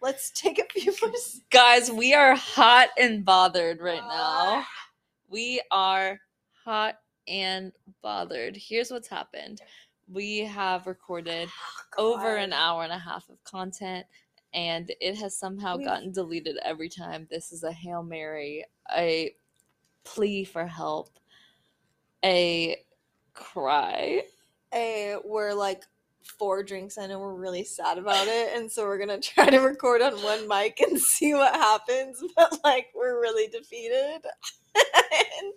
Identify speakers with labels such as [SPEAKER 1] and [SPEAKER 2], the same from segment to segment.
[SPEAKER 1] Let's take a few more. s-
[SPEAKER 2] Guys, we are hot and bothered right now. We are hot and bothered. Here's what's happened we have recorded over an
[SPEAKER 1] God.
[SPEAKER 2] hour and a half of content, and it has somehow
[SPEAKER 1] We've-
[SPEAKER 2] gotten deleted every time. This is a Hail Mary, a plea for help, a cry.
[SPEAKER 1] A, we're like four drinks in and we're really sad about it. And so we're going to try to record on one mic and see what happens. But like, we're really defeated. and,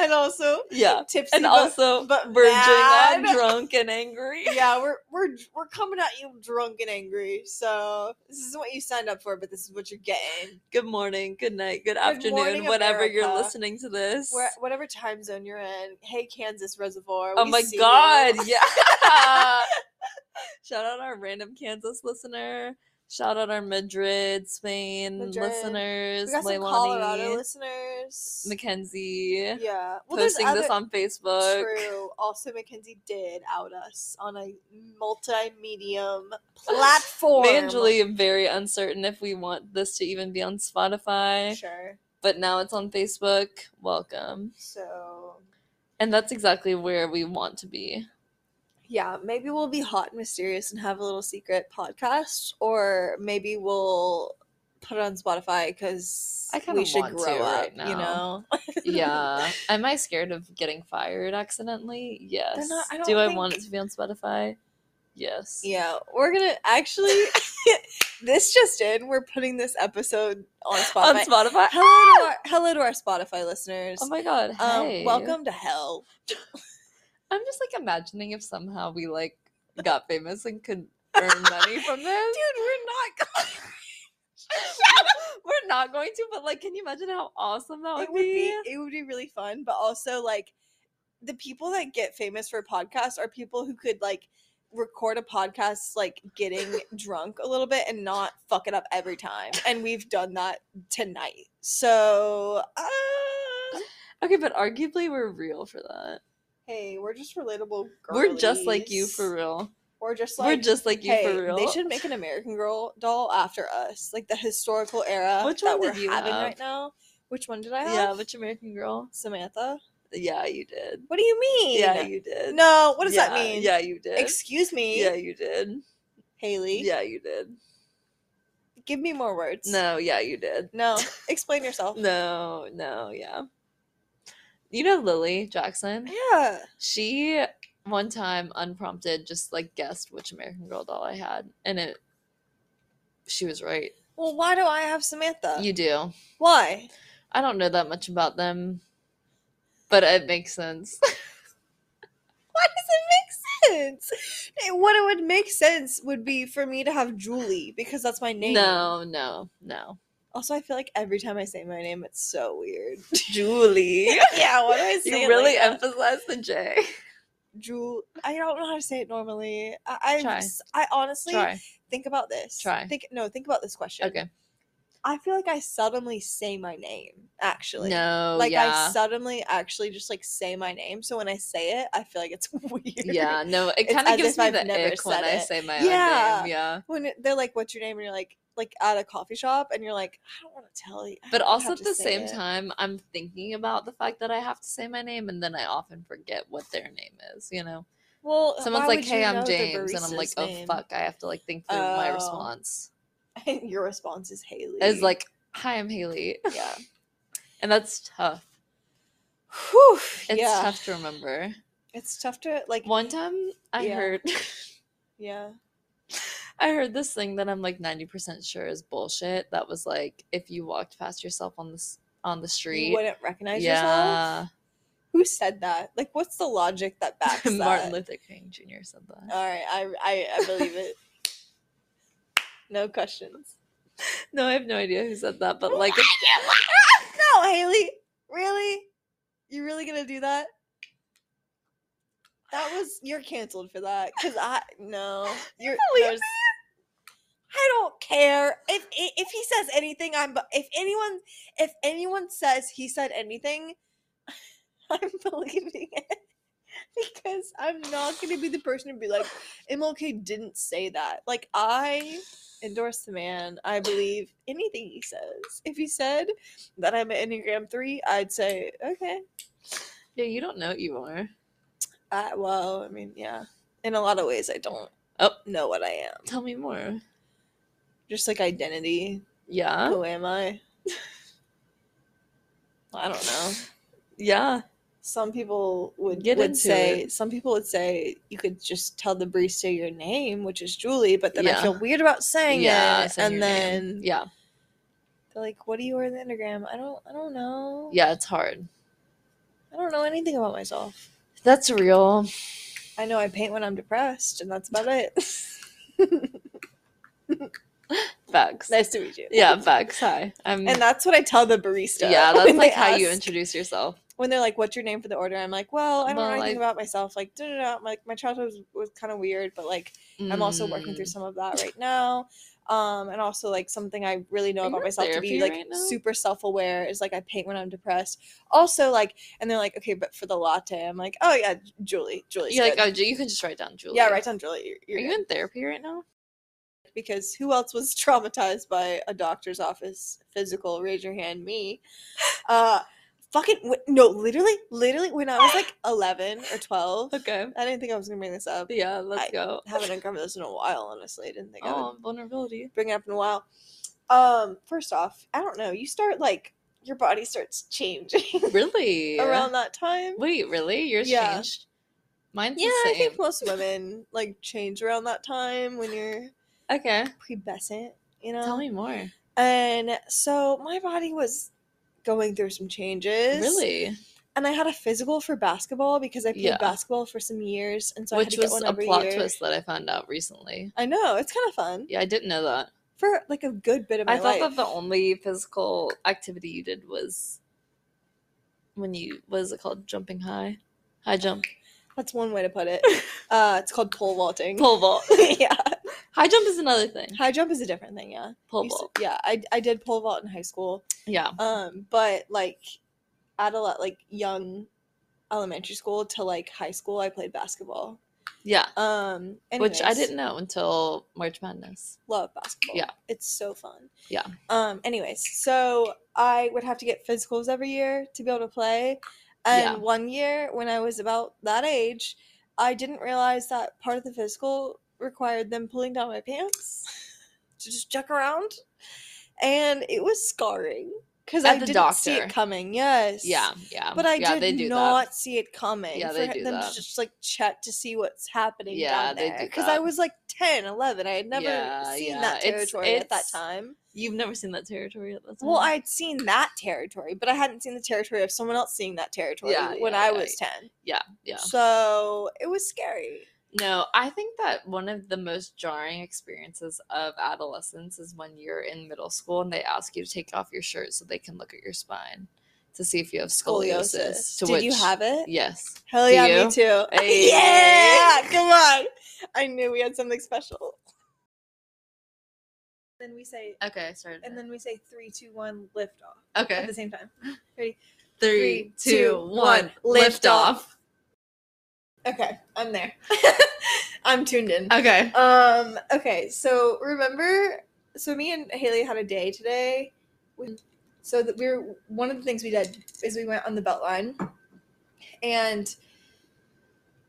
[SPEAKER 1] and also,
[SPEAKER 2] Yeah.
[SPEAKER 1] tipsy.
[SPEAKER 2] And
[SPEAKER 1] but-
[SPEAKER 2] also,
[SPEAKER 1] but
[SPEAKER 2] verging
[SPEAKER 1] mad.
[SPEAKER 2] on drunk and angry.
[SPEAKER 1] yeah, we're we're we're coming at you drunk and angry. So this is what you signed up for, but this is what you're getting.
[SPEAKER 2] good morning, good night, good, afternoon,
[SPEAKER 1] morning,
[SPEAKER 2] whatever you're
[SPEAKER 1] America.
[SPEAKER 2] listening to this.
[SPEAKER 1] Where, whatever time zone you're in. Hey, Kansas Reservoir.
[SPEAKER 2] oh
[SPEAKER 1] we
[SPEAKER 2] my
[SPEAKER 1] see you.
[SPEAKER 2] god, yeah. Shout out our random Kansas listener. Shout out our Madrid, Spain
[SPEAKER 1] Madrid.
[SPEAKER 2] listeners,
[SPEAKER 1] We got some Colorado
[SPEAKER 2] Leilani,
[SPEAKER 1] listeners.
[SPEAKER 2] Mackenzie,
[SPEAKER 1] yeah, well, there's
[SPEAKER 2] posting this
[SPEAKER 1] other-
[SPEAKER 2] on Facebook.
[SPEAKER 1] True. Also, Mackenzie did out us on a multi-medium platform.
[SPEAKER 2] Me and Julie are very uncertain if we want this to even be on Spotify,
[SPEAKER 1] Sure.
[SPEAKER 2] but now it's on Facebook. Welcome.
[SPEAKER 1] So
[SPEAKER 2] And that's exactly where we want to be.
[SPEAKER 1] Yeah, maybe we'll be hot and mysterious and have a little secret podcast, or maybe we'll put it on Spotify because
[SPEAKER 2] I kinda
[SPEAKER 1] we should
[SPEAKER 2] want to
[SPEAKER 1] grow up.
[SPEAKER 2] right
[SPEAKER 1] You
[SPEAKER 2] now.
[SPEAKER 1] know,
[SPEAKER 2] yeah. Am I scared of getting fired accidentally? Yes.
[SPEAKER 1] I
[SPEAKER 2] Do
[SPEAKER 1] don't
[SPEAKER 2] I want it
[SPEAKER 1] think-
[SPEAKER 2] to be on Spotify? Yes.
[SPEAKER 1] yeah, we're gonna actually. this just in, we're putting this episode on
[SPEAKER 2] On
[SPEAKER 1] Spotify.
[SPEAKER 2] Spotify.
[SPEAKER 1] hello, to our, hello to our Spotify listeners.
[SPEAKER 2] Oh my god.
[SPEAKER 1] um,
[SPEAKER 2] hey.
[SPEAKER 1] welcome to hell.
[SPEAKER 2] I'm just like imagining if somehow we like got famous and could earn money from this.
[SPEAKER 1] we're not.
[SPEAKER 2] We're not going to, but like, can you imagine how awesome that would,
[SPEAKER 1] it would
[SPEAKER 2] be?
[SPEAKER 1] be it would be really fun but also like the people that get famous for podcasts are people who could like record a podcast like getting drunk a little bit and not fuck it up every time and we've done that tonight so uh,
[SPEAKER 2] Okay, but arguably we're real for that.
[SPEAKER 1] hey we're just relatable
[SPEAKER 2] We're just like you for
[SPEAKER 1] girlies.
[SPEAKER 2] real.
[SPEAKER 1] we're just
[SPEAKER 2] we're
[SPEAKER 1] like
[SPEAKER 2] just like you
[SPEAKER 1] hey,
[SPEAKER 2] for real.
[SPEAKER 1] they should make an american girl doll after us like the historical era
[SPEAKER 2] Which
[SPEAKER 1] that
[SPEAKER 2] one
[SPEAKER 1] we're
[SPEAKER 2] did you
[SPEAKER 1] having
[SPEAKER 2] have?
[SPEAKER 1] right now which one did i have
[SPEAKER 2] yeah, which American girl?
[SPEAKER 1] samantha
[SPEAKER 2] Yeah, you did.
[SPEAKER 1] what do you mean
[SPEAKER 2] Yeah, you did.
[SPEAKER 1] No, what does that
[SPEAKER 2] Yeah,
[SPEAKER 1] mean?
[SPEAKER 2] Yeah, you did.
[SPEAKER 1] Excuse me,
[SPEAKER 2] Yeah, you did.
[SPEAKER 1] Haley.
[SPEAKER 2] Yeah, you did.
[SPEAKER 1] Give me more words.
[SPEAKER 2] No, yeah, you did.
[SPEAKER 1] No. Explain yourself.
[SPEAKER 2] No, no, yeah. You know Lily Jackson?
[SPEAKER 1] Yeah.
[SPEAKER 2] She one time unprompted just like guessed which American Girl doll I had and it she was right.
[SPEAKER 1] Well, why do I have Samantha?
[SPEAKER 2] You do.
[SPEAKER 1] Why?
[SPEAKER 2] I don't know that much about them, but it makes sense.
[SPEAKER 1] Why does it make sense? Eh, What it would make sense would be for me to have Julie because that's my name.
[SPEAKER 2] No, no, no.
[SPEAKER 1] Also, I feel like every time I say my name, it's so weird.
[SPEAKER 2] Julie.
[SPEAKER 1] yeah. What do I say?
[SPEAKER 2] you
[SPEAKER 1] it like
[SPEAKER 2] really
[SPEAKER 1] that?
[SPEAKER 2] emphasize the J.
[SPEAKER 1] Ju- I don't know how to say it normally. I I've
[SPEAKER 2] Try.
[SPEAKER 1] s- I honestly
[SPEAKER 2] Try.
[SPEAKER 1] think about this.
[SPEAKER 2] Try.
[SPEAKER 1] Think no. Think about this question.
[SPEAKER 2] Okay.
[SPEAKER 1] I feel like I suddenly say my name. Actually.
[SPEAKER 2] No,
[SPEAKER 1] like
[SPEAKER 2] yeah.
[SPEAKER 1] I suddenly actually just like say my name. So when I say it, I feel like it's weird.
[SPEAKER 2] Yeah, no, it
[SPEAKER 1] It's
[SPEAKER 2] kind of
[SPEAKER 1] as
[SPEAKER 2] gives
[SPEAKER 1] if
[SPEAKER 2] me
[SPEAKER 1] I've
[SPEAKER 2] the
[SPEAKER 1] never
[SPEAKER 2] ick when
[SPEAKER 1] said
[SPEAKER 2] I
[SPEAKER 1] it.
[SPEAKER 2] say my own
[SPEAKER 1] Yeah.
[SPEAKER 2] name. Yeah,
[SPEAKER 1] When it- they're like, "What's your name?" and you're like, like at a coffee shop, and you're like, "I don't want to tell you." I
[SPEAKER 2] but
[SPEAKER 1] don't
[SPEAKER 2] also
[SPEAKER 1] have
[SPEAKER 2] at
[SPEAKER 1] to
[SPEAKER 2] the
[SPEAKER 1] say
[SPEAKER 2] same
[SPEAKER 1] it."
[SPEAKER 2] time, I'm thinking about the fact that I have to say my name, and then I often forget what their name is. You know,
[SPEAKER 1] well,
[SPEAKER 2] someone's
[SPEAKER 1] Uh, why
[SPEAKER 2] like,
[SPEAKER 1] would
[SPEAKER 2] "Hey,
[SPEAKER 1] you
[SPEAKER 2] I'm
[SPEAKER 1] know the
[SPEAKER 2] James," and I'm like,
[SPEAKER 1] barista's
[SPEAKER 2] "Oh
[SPEAKER 1] name?"
[SPEAKER 2] fuck," I have to like think through my
[SPEAKER 1] Oh.
[SPEAKER 2] response.
[SPEAKER 1] And your response is Haley.
[SPEAKER 2] Is like, "Hi, I'm Haley,"
[SPEAKER 1] yeah,
[SPEAKER 2] and that's tough.
[SPEAKER 1] Whew,
[SPEAKER 2] It's
[SPEAKER 1] yeah,
[SPEAKER 2] tough to remember.
[SPEAKER 1] it's tough to like,
[SPEAKER 2] One time, I
[SPEAKER 1] Yeah.
[SPEAKER 2] heard.
[SPEAKER 1] yeah,
[SPEAKER 2] I heard this thing that I'm like 90% sure is bullshit. That was like if you walked past yourself on this on the street.
[SPEAKER 1] you wouldn't recognize yourself.
[SPEAKER 2] yeah.
[SPEAKER 1] Who said that? Like, what's the logic that backs that?
[SPEAKER 2] Martin Luther King Jr. said that.
[SPEAKER 1] All right, I, I I believe it. No questions.
[SPEAKER 2] no, I have no idea who said that, but like, it's-
[SPEAKER 1] no, Haley. Really? You really gonna do that? That was you're canceled for that. Cause I no. You're
[SPEAKER 2] believe
[SPEAKER 1] there's- I don't care if i- if he says anything. I'm bu- if anyone if anyone says he said anything, I'm believing it. because I'm not going to be the person to be like, MLK didn't say that. Like, I endorse the man. I believe anything he says. If he said that I'm an Enneagram 3, I'd say, okay.
[SPEAKER 2] Yeah, you don't know what you are.
[SPEAKER 1] Uh, well, I mean, yeah. In a lot of ways, I don't
[SPEAKER 2] Oh.
[SPEAKER 1] know what I am.
[SPEAKER 2] Tell me more.
[SPEAKER 1] Just like identity.
[SPEAKER 2] Yeah.
[SPEAKER 1] Who am I? I don't know.
[SPEAKER 2] Yeah.
[SPEAKER 1] Some people would
[SPEAKER 2] Get
[SPEAKER 1] would
[SPEAKER 2] into
[SPEAKER 1] say some people would say you could just tell the barista your name, which is Julie, but then I
[SPEAKER 2] Yeah.
[SPEAKER 1] feel weird about saying
[SPEAKER 2] yeah.
[SPEAKER 1] it.
[SPEAKER 2] saying
[SPEAKER 1] and
[SPEAKER 2] your name.
[SPEAKER 1] then
[SPEAKER 2] Yeah.
[SPEAKER 1] they're like, "What do you are in the Enneagram?" I don't, I don't know.
[SPEAKER 2] Yeah, it's hard.
[SPEAKER 1] I don't know anything about myself.
[SPEAKER 2] That's real.
[SPEAKER 1] I know I paint when I'm depressed, and that's about it.
[SPEAKER 2] Facts.
[SPEAKER 1] nice to meet you.
[SPEAKER 2] Yeah, facts. Hi. I'm
[SPEAKER 1] And that's what I tell the barista.
[SPEAKER 2] Yeah, that's
[SPEAKER 1] when they
[SPEAKER 2] like how you
[SPEAKER 1] ask-
[SPEAKER 2] introduce yourself.
[SPEAKER 1] when they're like, "What's your name for the order?" I'm like, "Well, I don't
[SPEAKER 2] Well,
[SPEAKER 1] know anything
[SPEAKER 2] I-
[SPEAKER 1] about myself. Like, no, no, no. Like, my childhood was, was kind of weird, but like, I'm also working through
[SPEAKER 2] Mm.
[SPEAKER 1] some of that right now. Um, and also like something I really know
[SPEAKER 2] Are you
[SPEAKER 1] about
[SPEAKER 2] in
[SPEAKER 1] myself to be
[SPEAKER 2] therapy
[SPEAKER 1] like
[SPEAKER 2] right now?
[SPEAKER 1] super self-aware is like I paint when I'm depressed. Also like, and they're like, okay, but for the latte, I'm like, oh yeah, Julie, Julie's
[SPEAKER 2] You're like,
[SPEAKER 1] good.
[SPEAKER 2] oh, Ju- you can just write down Julie.
[SPEAKER 1] yeah, write down Julie. You're,
[SPEAKER 2] Are
[SPEAKER 1] you're
[SPEAKER 2] you
[SPEAKER 1] good."
[SPEAKER 2] in therapy right now?
[SPEAKER 1] because who else was traumatized by a doctor's office physical? Raise your hand, me. Uh, fucking wi- no, literally, literally when I was like 11 or 12,
[SPEAKER 2] Okay.
[SPEAKER 1] I didn't think I was gonna bring this up.
[SPEAKER 2] Yeah, let's
[SPEAKER 1] I-
[SPEAKER 2] go.
[SPEAKER 1] haven't uncovered this in a while, honestly. I didn't think I would
[SPEAKER 2] Oh, vulnerability.
[SPEAKER 1] bring it up in a while. Um, first off, I don't know. You start like your body starts changing
[SPEAKER 2] Really?
[SPEAKER 1] around that time.
[SPEAKER 2] Wait, really? Yours
[SPEAKER 1] Yeah.
[SPEAKER 2] changed. Mine's
[SPEAKER 1] Yeah,
[SPEAKER 2] the
[SPEAKER 1] I
[SPEAKER 2] same.
[SPEAKER 1] think most women like change around that time when you're
[SPEAKER 2] Okay.
[SPEAKER 1] pubescent, you know.
[SPEAKER 2] Tell me more.
[SPEAKER 1] And so my body was going through some changes.
[SPEAKER 2] Really?
[SPEAKER 1] And I had a physical for basketball because I played
[SPEAKER 2] Yeah.
[SPEAKER 1] basketball for some years, and so I had
[SPEAKER 2] Which
[SPEAKER 1] to get
[SPEAKER 2] was
[SPEAKER 1] one
[SPEAKER 2] a
[SPEAKER 1] every
[SPEAKER 2] plot
[SPEAKER 1] year.
[SPEAKER 2] twist that I found out recently.
[SPEAKER 1] I know it's kind of fun
[SPEAKER 2] Yeah, I didn't know that.
[SPEAKER 1] for like a good bit of my
[SPEAKER 2] I thought
[SPEAKER 1] life.
[SPEAKER 2] that the only physical activity you did was when you what is it called? Jumping high, high jump,
[SPEAKER 1] That's one way to put it. Uh, it's called pole vaulting.
[SPEAKER 2] pole vault.
[SPEAKER 1] yeah.
[SPEAKER 2] high jump is another thing.
[SPEAKER 1] High jump is a different thing, yeah.
[SPEAKER 2] Pole
[SPEAKER 1] Used to-
[SPEAKER 2] vault.
[SPEAKER 1] yeah, I, I did pole vault in high school.
[SPEAKER 2] Yeah.
[SPEAKER 1] Um, but like adolescent, like young elementary school to like high school, I played basketball.
[SPEAKER 2] Yeah.
[SPEAKER 1] Um,
[SPEAKER 2] Which I
[SPEAKER 1] anyways,
[SPEAKER 2] didn't know until March Madness.
[SPEAKER 1] love basketball.
[SPEAKER 2] Yeah.
[SPEAKER 1] it's so fun.
[SPEAKER 2] Yeah.
[SPEAKER 1] Um. Anyways, so I would have to get physicals every year to be able to play, and
[SPEAKER 2] Yeah.
[SPEAKER 1] one year when I was about that age, I didn't realize that part of the physical required them pulling down my pants to just check around, and it was scarring because I
[SPEAKER 2] At the
[SPEAKER 1] didn't see it
[SPEAKER 2] doctor.
[SPEAKER 1] coming. Yes.
[SPEAKER 2] Yeah, yeah.
[SPEAKER 1] But I
[SPEAKER 2] yeah,
[SPEAKER 1] did
[SPEAKER 2] they do
[SPEAKER 1] not
[SPEAKER 2] That.
[SPEAKER 1] see it coming.
[SPEAKER 2] Yeah,
[SPEAKER 1] for
[SPEAKER 2] they
[SPEAKER 1] h-
[SPEAKER 2] do
[SPEAKER 1] them
[SPEAKER 2] that.
[SPEAKER 1] to just like check to see what's happening
[SPEAKER 2] Yeah,
[SPEAKER 1] down
[SPEAKER 2] they
[SPEAKER 1] there.
[SPEAKER 2] do
[SPEAKER 1] Because I
[SPEAKER 2] that.
[SPEAKER 1] was like 10, 11. I had never
[SPEAKER 2] Yeah,
[SPEAKER 1] seen
[SPEAKER 2] yeah.
[SPEAKER 1] that
[SPEAKER 2] It's-
[SPEAKER 1] territory at that
[SPEAKER 2] it's- Mm.
[SPEAKER 1] time.
[SPEAKER 2] You've never seen that territory at that time.
[SPEAKER 1] Well, I had seen that territory, but I hadn't seen the territory of someone else seeing that territory
[SPEAKER 2] Yeah,
[SPEAKER 1] when
[SPEAKER 2] yeah,
[SPEAKER 1] I
[SPEAKER 2] yeah,
[SPEAKER 1] was 10.
[SPEAKER 2] yeah, yeah.
[SPEAKER 1] So it was scary.
[SPEAKER 2] No, I think that one of the most jarring experiences of adolescence is when you're in middle school and they ask you to take off your shirt so they can look at your spine to see if you have scoliosis. To
[SPEAKER 1] Did you
[SPEAKER 2] which-
[SPEAKER 1] have it?
[SPEAKER 2] Yes.
[SPEAKER 1] Hell
[SPEAKER 2] Do
[SPEAKER 1] yeah, me
[SPEAKER 2] you?
[SPEAKER 1] too.
[SPEAKER 2] Hey.
[SPEAKER 1] Yeah, come on. I knew we had something special. Then we say,
[SPEAKER 2] Okay, I started.
[SPEAKER 1] and then we say three, two, one, lift off at
[SPEAKER 2] okay,
[SPEAKER 1] the same time.
[SPEAKER 2] three,
[SPEAKER 1] three, two,
[SPEAKER 2] two, one,
[SPEAKER 1] one, lift
[SPEAKER 2] lift off.
[SPEAKER 1] Okay, I'm there. I'm tuned in.
[SPEAKER 2] Okay.
[SPEAKER 1] Um, okay, so remember, so me and Haley had a day today. We- So that we were one of the things we did is we went on the Beltline, and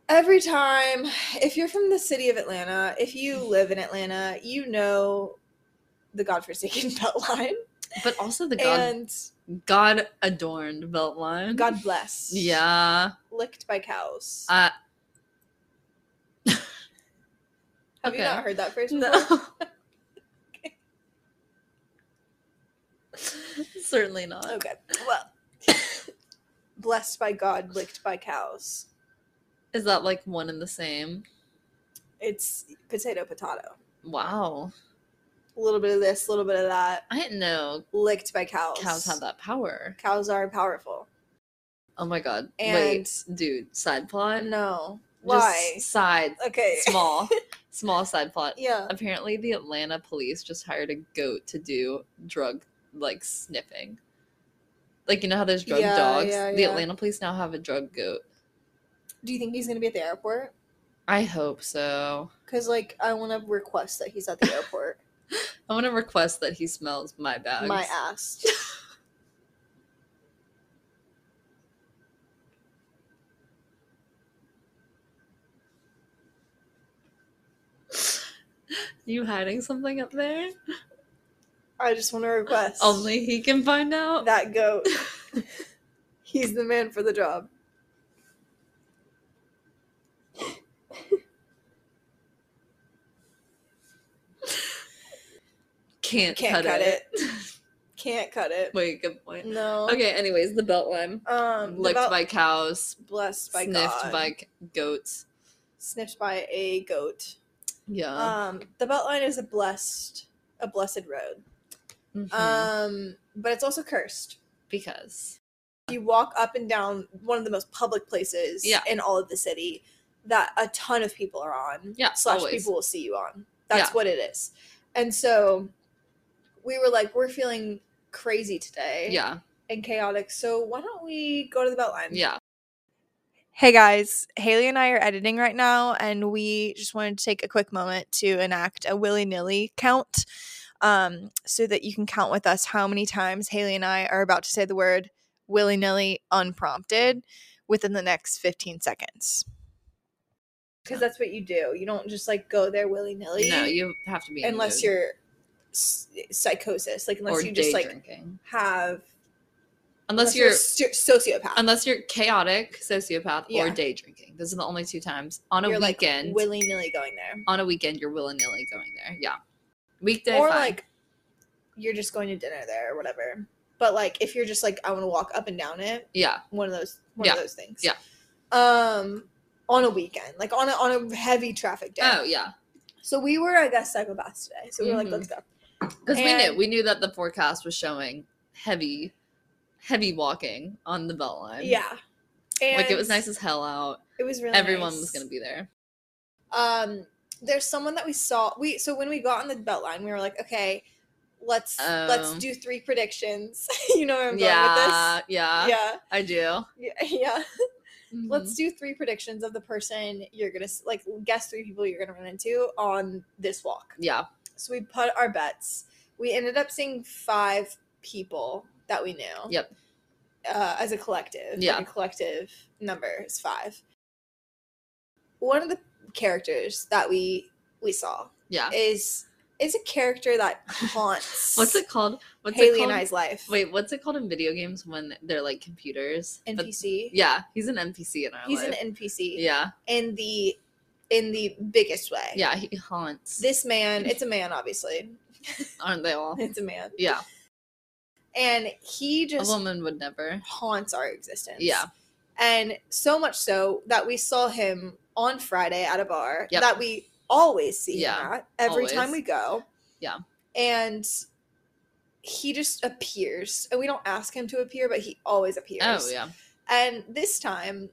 [SPEAKER 1] every time, if you're from the city of Atlanta, if you live in Atlanta, you know the godforsaken Beltline,
[SPEAKER 2] But also the God,
[SPEAKER 1] and
[SPEAKER 2] God adorned belt line.
[SPEAKER 1] God bless,
[SPEAKER 2] Yeah.
[SPEAKER 1] licked by cows.
[SPEAKER 2] Uh,
[SPEAKER 1] Have you
[SPEAKER 2] okay.
[SPEAKER 1] not heard that phrase? before?
[SPEAKER 2] No. Certainly not.
[SPEAKER 1] Okay. Well, blessed by God, licked by cows.
[SPEAKER 2] Is that like one and the same?
[SPEAKER 1] It's potato, potato.
[SPEAKER 2] Wow.
[SPEAKER 1] A little bit of this, a little bit of that.
[SPEAKER 2] I didn't know
[SPEAKER 1] Licked by cows.
[SPEAKER 2] cows had that power.
[SPEAKER 1] Cows are powerful.
[SPEAKER 2] Oh my god. Wait, dude, side plot?
[SPEAKER 1] No. Why?
[SPEAKER 2] Just side.
[SPEAKER 1] okay.
[SPEAKER 2] Small. small side plot.
[SPEAKER 1] yeah.
[SPEAKER 2] Apparently, the Atlanta police just hired a goat to do drug like sniffing. Like you know how there's drug
[SPEAKER 1] Yeah,
[SPEAKER 2] dogs.
[SPEAKER 1] yeah,
[SPEAKER 2] The
[SPEAKER 1] yeah.
[SPEAKER 2] Atlanta police now have a drug goat.
[SPEAKER 1] Do you think he's gonna be at the airport?
[SPEAKER 2] I hope so.
[SPEAKER 1] Cause like I want to request that he's at the airport.
[SPEAKER 2] I want to request that he smells my bags.
[SPEAKER 1] My uh, ass.
[SPEAKER 2] You hiding something up there?
[SPEAKER 1] I just want to request
[SPEAKER 2] Only he can find out.
[SPEAKER 1] that goat. he's the man for the job.
[SPEAKER 2] can't,
[SPEAKER 1] Can't
[SPEAKER 2] cut,
[SPEAKER 1] cut
[SPEAKER 2] it.
[SPEAKER 1] Can't cut it.
[SPEAKER 2] Wait, good point.
[SPEAKER 1] No.
[SPEAKER 2] Okay, anyways, the Beltline.
[SPEAKER 1] Um. the
[SPEAKER 2] Licked
[SPEAKER 1] belt-
[SPEAKER 2] by cows,
[SPEAKER 1] blessed by
[SPEAKER 2] sniffed
[SPEAKER 1] God.
[SPEAKER 2] by c- goats.
[SPEAKER 1] Sniffed by a goat.
[SPEAKER 2] Yeah.
[SPEAKER 1] Um. The Beltline is a blessed, a blessed road.
[SPEAKER 2] Mhm.
[SPEAKER 1] Um. But it's also cursed.
[SPEAKER 2] because
[SPEAKER 1] you walk up and down one of the most public places
[SPEAKER 2] Yeah.
[SPEAKER 1] in all of the city that a ton of people are on.
[SPEAKER 2] Yeah,
[SPEAKER 1] Slash
[SPEAKER 2] always.
[SPEAKER 1] people will see you on. That's
[SPEAKER 2] Yeah.
[SPEAKER 1] what it is. And so we were like, we're feeling crazy today
[SPEAKER 2] yeah,
[SPEAKER 1] and chaotic. So why don't we go to the Beltline?
[SPEAKER 2] yeah.
[SPEAKER 1] Hey guys, Haley and I are editing right now, and we just wanted to take a quick moment to enact a willy nilly count um, so that you can count with us how many times Haley and I are about to say the word willy nilly unprompted within the next 15 seconds. Because that's what you do. You don't just like go there willy nilly
[SPEAKER 2] No, you have to be in the
[SPEAKER 1] unless
[SPEAKER 2] mood.
[SPEAKER 1] you're s- psychosis, like unless
[SPEAKER 2] or
[SPEAKER 1] you just
[SPEAKER 2] day
[SPEAKER 1] like
[SPEAKER 2] drinking.
[SPEAKER 1] have
[SPEAKER 2] Unless,
[SPEAKER 1] you're
[SPEAKER 2] you're,
[SPEAKER 1] a st- sociopath.
[SPEAKER 2] unless you're chaotic sociopath or
[SPEAKER 1] Yeah.
[SPEAKER 2] day drinking. Those are the only two times on a
[SPEAKER 1] you're like
[SPEAKER 2] weekend.
[SPEAKER 1] willy nilly going there.
[SPEAKER 2] on a weekend, you're willy nilly going there. Yeah, weekday
[SPEAKER 1] or
[SPEAKER 2] fine.
[SPEAKER 1] like you're just going to dinner there or whatever. But like if you're just like I want to walk up and down it,
[SPEAKER 2] yeah,
[SPEAKER 1] one of those one of
[SPEAKER 2] Yeah.
[SPEAKER 1] those things.
[SPEAKER 2] Yeah.
[SPEAKER 1] Um on a weekend, like on a on a heavy traffic day.
[SPEAKER 2] oh yeah,
[SPEAKER 1] So we were I guess psychopaths today. So we were
[SPEAKER 2] Mhm.
[SPEAKER 1] like let's go.
[SPEAKER 2] because we knew
[SPEAKER 1] And-
[SPEAKER 2] we knew that the forecast was showing heavy, heavy walking on the belt line.
[SPEAKER 1] Yeah. And
[SPEAKER 2] like it was nice as hell out.
[SPEAKER 1] It was really
[SPEAKER 2] Everyone was gonna
[SPEAKER 1] be.
[SPEAKER 2] be there.
[SPEAKER 1] um there's someone that we saw we so when we got on the belt line we were like okay let's let's
[SPEAKER 2] Oh.
[SPEAKER 1] do three predictions you know where i'm
[SPEAKER 2] Yeah, yeah,
[SPEAKER 1] going with this
[SPEAKER 2] I do.
[SPEAKER 1] yeah yeah yeah
[SPEAKER 2] Mhm.
[SPEAKER 1] Let's do three predictions of the person you're gonna s- like guess three people you're gonna run into on this walk.
[SPEAKER 2] Mm-hmm. Yeah,
[SPEAKER 1] So we put our bets. We ended up seeing five people that we knew.
[SPEAKER 2] Yep.
[SPEAKER 1] Uh, as a collective, like
[SPEAKER 2] Yeah.
[SPEAKER 1] a collective number is five. One of the characters that we we saw
[SPEAKER 2] yeah.
[SPEAKER 1] is is a character that haunts
[SPEAKER 2] What's it called? What's
[SPEAKER 1] Haley
[SPEAKER 2] it
[SPEAKER 1] and
[SPEAKER 2] called?
[SPEAKER 1] I's life.
[SPEAKER 2] Wait, what's it called in video games when they're like computers? But-
[SPEAKER 1] NPC.
[SPEAKER 2] yeah, he's an NPC in our
[SPEAKER 1] He's
[SPEAKER 2] life.
[SPEAKER 1] an NPC
[SPEAKER 2] yeah,
[SPEAKER 1] in the in the biggest way.
[SPEAKER 2] yeah, he haunts.
[SPEAKER 1] this man it's a man obviously
[SPEAKER 2] Aren't they all?
[SPEAKER 1] it's a man
[SPEAKER 2] Yeah,
[SPEAKER 1] and he
[SPEAKER 2] a
[SPEAKER 1] just
[SPEAKER 2] woman would never.
[SPEAKER 1] haunts our existence
[SPEAKER 2] Yeah,
[SPEAKER 1] and so much so that we saw him on friday at a bar
[SPEAKER 2] Yep.
[SPEAKER 1] that we always see him
[SPEAKER 2] Yeah,
[SPEAKER 1] at every time
[SPEAKER 2] always.
[SPEAKER 1] we go
[SPEAKER 2] Yeah.
[SPEAKER 1] and he just appears and we don't ask him to appear but he always appears
[SPEAKER 2] Oh yeah.
[SPEAKER 1] And this time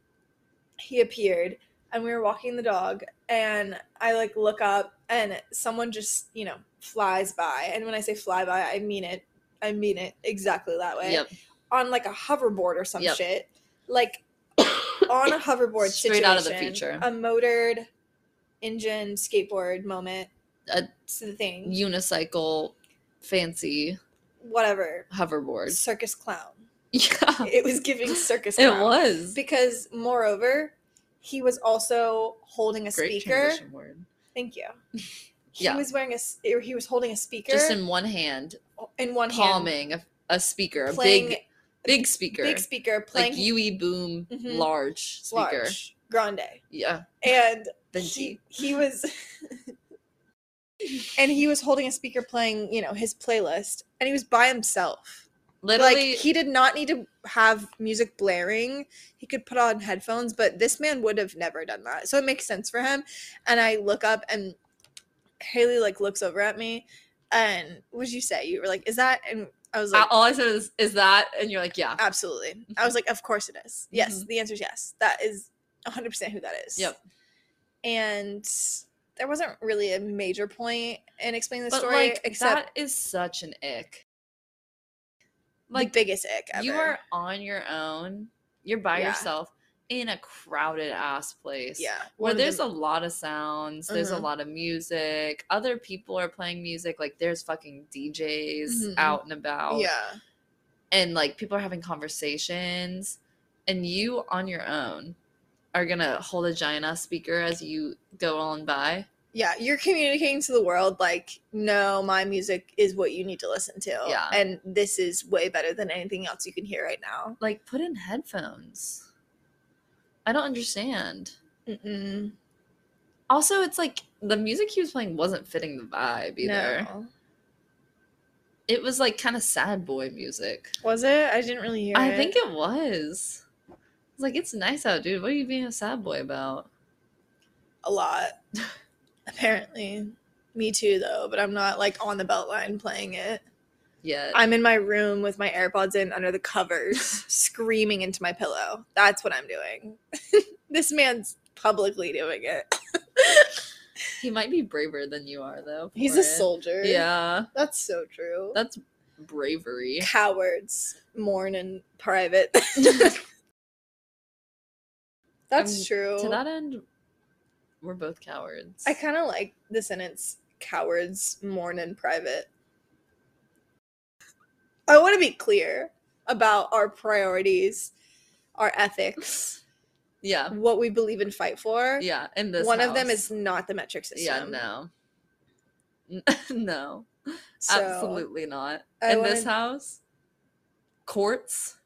[SPEAKER 1] he appeared and we were walking the dog and I like look up and someone just, you know, flies by. And when I say fly by, I mean it. I mean it exactly that way.
[SPEAKER 2] Yep.
[SPEAKER 1] On like a hoverboard or some
[SPEAKER 2] Yep.
[SPEAKER 1] shit. Like on a hoverboard
[SPEAKER 2] Straight
[SPEAKER 1] situation.
[SPEAKER 2] out of the future.
[SPEAKER 1] A motored engine skateboard moment.
[SPEAKER 2] A-
[SPEAKER 1] it's the thing.
[SPEAKER 2] Unicycle, fancy
[SPEAKER 1] whatever.
[SPEAKER 2] hoverboard.
[SPEAKER 1] Circus clown.
[SPEAKER 2] Yeah,
[SPEAKER 1] It was giving circus
[SPEAKER 2] it
[SPEAKER 1] clown.
[SPEAKER 2] was.
[SPEAKER 1] because moreover he was also holding a
[SPEAKER 2] Great
[SPEAKER 1] speaker
[SPEAKER 2] transition word.
[SPEAKER 1] thank you he
[SPEAKER 2] Yeah.
[SPEAKER 1] was wearing a s- er, he was holding a speaker
[SPEAKER 2] Just in one hand,
[SPEAKER 1] in one hand
[SPEAKER 2] palming a, a speaker, a
[SPEAKER 1] playing
[SPEAKER 2] big, big speaker,
[SPEAKER 1] big speaker playing
[SPEAKER 2] like UE boom,
[SPEAKER 1] Mhm.
[SPEAKER 2] large speaker.
[SPEAKER 1] large grande
[SPEAKER 2] Yeah,
[SPEAKER 1] and
[SPEAKER 2] Benji.
[SPEAKER 1] he, he was and he was holding a speaker playing you know his playlist and he was by himself
[SPEAKER 2] Literally,
[SPEAKER 1] like he did not need to have music blaring he could put on headphones but this man would have never done that so it makes sense for him and i look up and haley like looks over at me and what'd you say you were like is that and i was like
[SPEAKER 2] all I said is, "Is that?" And you're like, "Yeah."
[SPEAKER 1] absolutely i
[SPEAKER 2] Mm-hmm.
[SPEAKER 1] was like of course it is yes the answer is yes that is 100% who that is
[SPEAKER 2] Yep.
[SPEAKER 1] and there wasn't really a major point in explaining the
[SPEAKER 2] But
[SPEAKER 1] story
[SPEAKER 2] like,
[SPEAKER 1] except
[SPEAKER 2] that is such an ick.
[SPEAKER 1] the biggest ick ever
[SPEAKER 2] you are on your own. You're by
[SPEAKER 1] Yeah.
[SPEAKER 2] yourself. in a crowded ass place.
[SPEAKER 1] Yeah. one
[SPEAKER 2] Where
[SPEAKER 1] of
[SPEAKER 2] there's
[SPEAKER 1] them-
[SPEAKER 2] a lot of sounds, there's a
[SPEAKER 1] Mhm.
[SPEAKER 2] lot of music, other people are playing music, like there's fucking DJs
[SPEAKER 1] Mhm.
[SPEAKER 2] out and about.
[SPEAKER 1] yeah.
[SPEAKER 2] And like people are having conversations, and you on your own are gonna hold a giant ass speaker as you go on by.
[SPEAKER 1] yeah you're communicating to the world like no my music is what you need to listen to
[SPEAKER 2] Yeah.
[SPEAKER 1] and this is way better than anything else you can hear right now
[SPEAKER 2] Like put in headphones. I don't understand.
[SPEAKER 1] Mm-mm.
[SPEAKER 2] Also, it's like the music he was playing wasn't fitting the vibe either.
[SPEAKER 1] no
[SPEAKER 2] It was like kind of sad boy music.
[SPEAKER 1] was it i didn't really hear
[SPEAKER 2] I think it was. It's like it's nice out, dude. What are you being a sad boy about?
[SPEAKER 1] a lot apparently me too though but i'm not like on the belt line playing it
[SPEAKER 2] Yeah,
[SPEAKER 1] i'm in my room with my airpods in under the covers screaming into my pillow that's what i'm doing this man's publicly doing it
[SPEAKER 2] he might be braver than you are, though.
[SPEAKER 1] he's
[SPEAKER 2] for
[SPEAKER 1] a
[SPEAKER 2] it.
[SPEAKER 1] soldier
[SPEAKER 2] Yeah,
[SPEAKER 1] that's so true
[SPEAKER 2] that's bravery.
[SPEAKER 1] cowards mourn in private. That's
[SPEAKER 2] Um,
[SPEAKER 1] true.
[SPEAKER 2] to that end, we're both cowards.
[SPEAKER 1] I kind of like the sentence cowards mourn in private. I want to be clear about our priorities, our ethics,
[SPEAKER 2] yeah,
[SPEAKER 1] what we believe and fight for.
[SPEAKER 2] Um, yeah. In this,
[SPEAKER 1] One of them
[SPEAKER 2] house.
[SPEAKER 1] is not the metric system.
[SPEAKER 2] yeah, no, N- no,
[SPEAKER 1] So,
[SPEAKER 2] absolutely not.
[SPEAKER 1] I
[SPEAKER 2] in this
[SPEAKER 1] wanna-
[SPEAKER 2] house, courts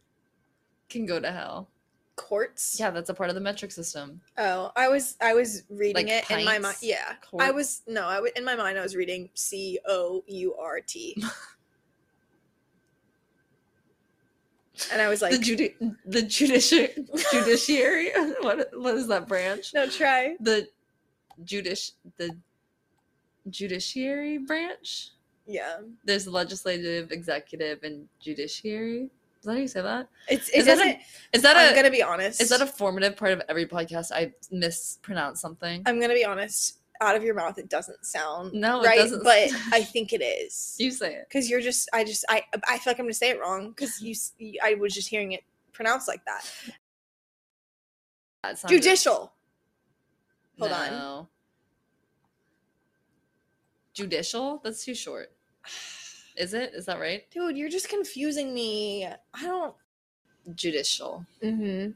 [SPEAKER 2] can go to hell.
[SPEAKER 1] Courts.
[SPEAKER 2] Yeah, that's a part of the metric system.
[SPEAKER 1] Oh, I was I was reading
[SPEAKER 2] Like
[SPEAKER 1] it in my mind.
[SPEAKER 2] pints,
[SPEAKER 1] Yeah, I
[SPEAKER 2] courts.
[SPEAKER 1] was no, I was in my mind. I was reading C O U R T, and I was like,
[SPEAKER 2] the judi- the judiciary judiciary what what is that branch
[SPEAKER 1] no, try.
[SPEAKER 2] the judish the judiciary branch
[SPEAKER 1] Yeah,
[SPEAKER 2] there's legislative executive and judiciary is that how you say that
[SPEAKER 1] it's it
[SPEAKER 2] Is that a-
[SPEAKER 1] doesn't.
[SPEAKER 2] is that
[SPEAKER 1] I'm
[SPEAKER 2] a
[SPEAKER 1] gonna be honest.
[SPEAKER 2] is that a formative part of every podcast i mispronounce something
[SPEAKER 1] I'm gonna be honest. Out of your mouth, it doesn't sound
[SPEAKER 2] No, it
[SPEAKER 1] right,
[SPEAKER 2] doesn't
[SPEAKER 1] but
[SPEAKER 2] sound-
[SPEAKER 1] I think it is
[SPEAKER 2] you say it
[SPEAKER 1] because you're just. I just. I. I feel like I'm gonna say it wrong because you. s- you- I was just hearing it pronounced like that.
[SPEAKER 2] That sounded-
[SPEAKER 1] Judicial. Hold on.
[SPEAKER 2] No. judicial that's too short is it is that right
[SPEAKER 1] Dude, you're just confusing me. I don't.
[SPEAKER 2] judicial
[SPEAKER 1] Mm-hmm.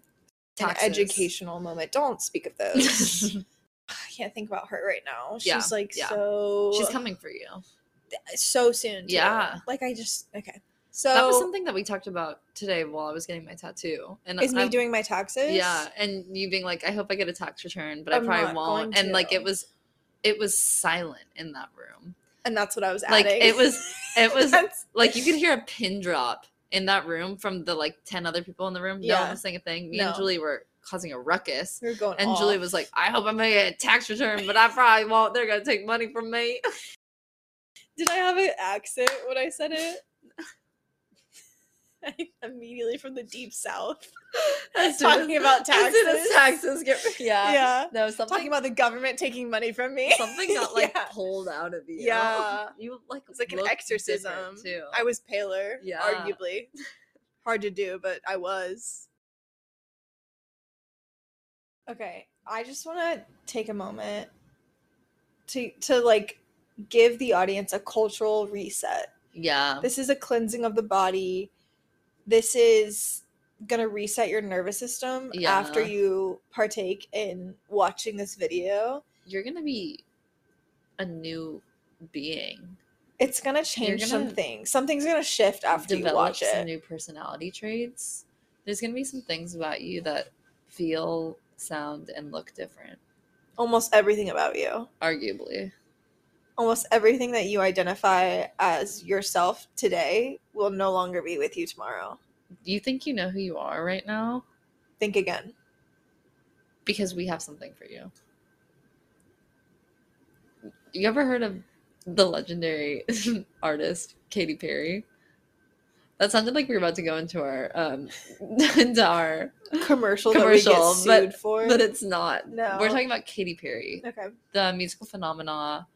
[SPEAKER 1] An
[SPEAKER 2] Taxes.
[SPEAKER 1] educational moment. Don't speak of those. I can't think about her right now. She's
[SPEAKER 2] Yeah,
[SPEAKER 1] like
[SPEAKER 2] yeah.
[SPEAKER 1] so. uh,
[SPEAKER 2] She's coming for you.
[SPEAKER 1] so soon. too.
[SPEAKER 2] Yeah.
[SPEAKER 1] Like I just okay. So
[SPEAKER 2] that was something that we talked about today while I was getting my tattoo. And
[SPEAKER 1] is me
[SPEAKER 2] I-
[SPEAKER 1] doing my taxes?
[SPEAKER 2] Yeah, and you being like, I hope I get a tax return, but i
[SPEAKER 1] I'm
[SPEAKER 2] probably
[SPEAKER 1] not
[SPEAKER 2] won't.
[SPEAKER 1] going
[SPEAKER 2] And like
[SPEAKER 1] to.
[SPEAKER 2] it was, it was silent in that room.
[SPEAKER 1] And that's what I was
[SPEAKER 2] Like
[SPEAKER 1] adding.
[SPEAKER 2] it was, it was
[SPEAKER 1] That's-
[SPEAKER 2] like you could hear a pin drop in that room from the like ten other people in the room. No one
[SPEAKER 1] Yeah.
[SPEAKER 2] was saying a thing. Me and
[SPEAKER 1] No.
[SPEAKER 2] Julie were causing a ruckus.
[SPEAKER 1] we were going.
[SPEAKER 2] And Julie
[SPEAKER 1] off.
[SPEAKER 2] was like, I hope I'm gonna get a tax return, but I probably won't. They're gonna take money from me.
[SPEAKER 1] "Did I have an accent when I said it?" Immediately from the deep south,
[SPEAKER 2] As soon as-
[SPEAKER 1] talking about
[SPEAKER 2] as
[SPEAKER 1] taxes.
[SPEAKER 2] soon as taxes get yeah
[SPEAKER 1] Yeah.
[SPEAKER 2] no something
[SPEAKER 1] Talking about the government taking money from me.
[SPEAKER 2] something got like
[SPEAKER 1] Yeah.
[SPEAKER 2] pulled out of you.
[SPEAKER 1] Yeah.
[SPEAKER 2] you like
[SPEAKER 1] It's like an
[SPEAKER 2] look
[SPEAKER 1] exorcism.
[SPEAKER 2] different, too.
[SPEAKER 1] I was paler,
[SPEAKER 2] Yeah.
[SPEAKER 1] arguably. Hard to do, but I was. Okay, I just want to take a moment to to like give the audience a cultural reset.
[SPEAKER 2] yeah
[SPEAKER 1] This is a cleansing of the body. This is going to reset your nervous system after
[SPEAKER 2] Yeah.
[SPEAKER 1] you partake in watching this video.
[SPEAKER 2] you're gonna be a new being.
[SPEAKER 1] It's going to change some
[SPEAKER 2] gonna
[SPEAKER 1] things. Something's going to shift after you
[SPEAKER 2] Develop
[SPEAKER 1] watch
[SPEAKER 2] some
[SPEAKER 1] it.
[SPEAKER 2] new personality traits. There's gonna be some things about you that feel, sound, and look different.
[SPEAKER 1] almost everything about you.
[SPEAKER 2] Arguably,
[SPEAKER 1] Almost everything that you identify as yourself today will no longer be with you tomorrow.
[SPEAKER 2] do you think you know who you are right now?
[SPEAKER 1] Think again.
[SPEAKER 2] Because we have something for you. You ever heard of the legendary artist Katy Perry? That sounded like we were about to go into our um into our
[SPEAKER 1] Commercial,
[SPEAKER 2] Commercial,
[SPEAKER 1] commercial that we get sued
[SPEAKER 2] but-
[SPEAKER 1] for.
[SPEAKER 2] but it's not.
[SPEAKER 1] no.
[SPEAKER 2] We're talking about Katy Perry,
[SPEAKER 1] okay.
[SPEAKER 2] the musical phenomena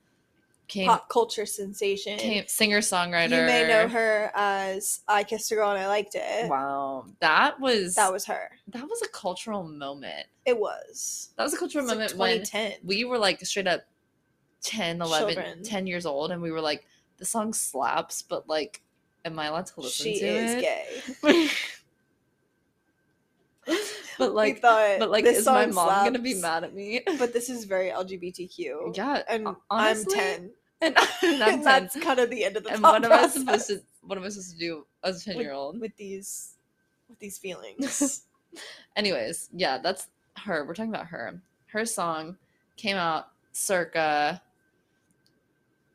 [SPEAKER 2] came,
[SPEAKER 1] pop culture sensation.
[SPEAKER 2] came singer
[SPEAKER 1] you
[SPEAKER 2] songwriter.
[SPEAKER 1] may know her as I Kissed a Girl and I Liked It.
[SPEAKER 2] Wow, that was
[SPEAKER 1] That was her.
[SPEAKER 2] that was a cultural moment.
[SPEAKER 1] It was.
[SPEAKER 2] That was a cultural
[SPEAKER 1] It's like
[SPEAKER 2] moment when
[SPEAKER 1] 2010.
[SPEAKER 2] we were like straight up 10 11
[SPEAKER 1] Children.
[SPEAKER 2] 10 years old and we were like the song slaps but like am i allowed to listen
[SPEAKER 1] she
[SPEAKER 2] to
[SPEAKER 1] is
[SPEAKER 2] it
[SPEAKER 1] gay.
[SPEAKER 2] but like
[SPEAKER 1] we thought,
[SPEAKER 2] but like
[SPEAKER 1] this
[SPEAKER 2] is my
[SPEAKER 1] song
[SPEAKER 2] mom gonna be
[SPEAKER 1] slaps,
[SPEAKER 2] mad at me
[SPEAKER 1] But this is very LGBTQ.
[SPEAKER 2] yeah
[SPEAKER 1] And
[SPEAKER 2] ho- honestly,
[SPEAKER 1] I'm 10.
[SPEAKER 2] and, and i'm
[SPEAKER 1] and
[SPEAKER 2] 10
[SPEAKER 1] that's kind of the end of the
[SPEAKER 2] and
[SPEAKER 1] thought
[SPEAKER 2] what am i
[SPEAKER 1] process
[SPEAKER 2] supposed to what am i supposed to do as a 10 year old
[SPEAKER 1] with these with these feelings.
[SPEAKER 2] anyways yeah that's her we're talking about her her song came out circa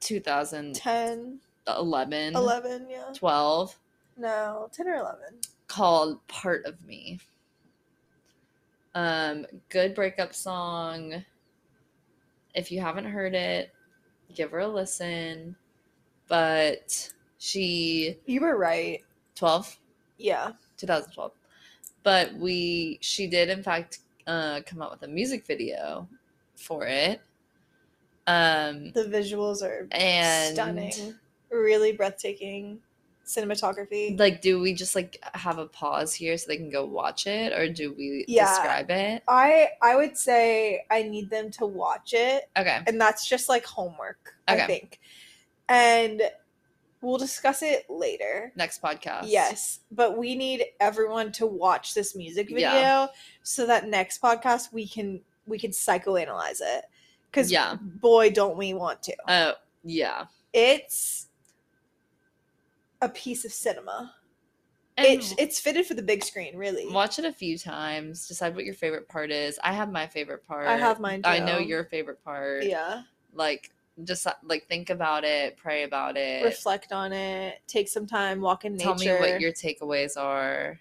[SPEAKER 2] 2011
[SPEAKER 1] 10, Mm-hmm. 11, yeah.
[SPEAKER 2] 12
[SPEAKER 1] No, 10 or 11.
[SPEAKER 2] called Part of Me. Um, good breakup song. If you haven't heard it, give her a listen. But she
[SPEAKER 1] You were right.
[SPEAKER 2] 12,
[SPEAKER 1] Yeah.
[SPEAKER 2] 2012. But we she did in fact uh come out with a music video for it. Um
[SPEAKER 1] The visuals are
[SPEAKER 2] and
[SPEAKER 1] stunning. Really breathtaking cinematography.
[SPEAKER 2] like do we just like have a pause here so they can go watch it or do we
[SPEAKER 1] Yeah.
[SPEAKER 2] describe it?
[SPEAKER 1] I I would say I need them to watch it
[SPEAKER 2] Okay.
[SPEAKER 1] and that's just like homework,
[SPEAKER 2] Okay.
[SPEAKER 1] I think. And we'll discuss it later.
[SPEAKER 2] Next podcast.
[SPEAKER 1] Yes, but we need everyone to watch this music video
[SPEAKER 2] Yeah.
[SPEAKER 1] so that next podcast we can we can psychoanalyze it. Cuz
[SPEAKER 2] Yeah.
[SPEAKER 1] boy don't we want to.
[SPEAKER 2] Uh, yeah.
[SPEAKER 1] It's a piece of cinema.
[SPEAKER 2] And
[SPEAKER 1] It's it's fitted for the big screen, really.
[SPEAKER 2] watch it a few times. Decide what your favorite part is. I have my favorite part.
[SPEAKER 1] I have mine too.
[SPEAKER 2] I know your favorite part.
[SPEAKER 1] Yeah.
[SPEAKER 2] Like just like think about it. Pray about it.
[SPEAKER 1] Reflect on it. Take some time, walk in
[SPEAKER 2] Tell
[SPEAKER 1] nature.
[SPEAKER 2] me what your takeaways are.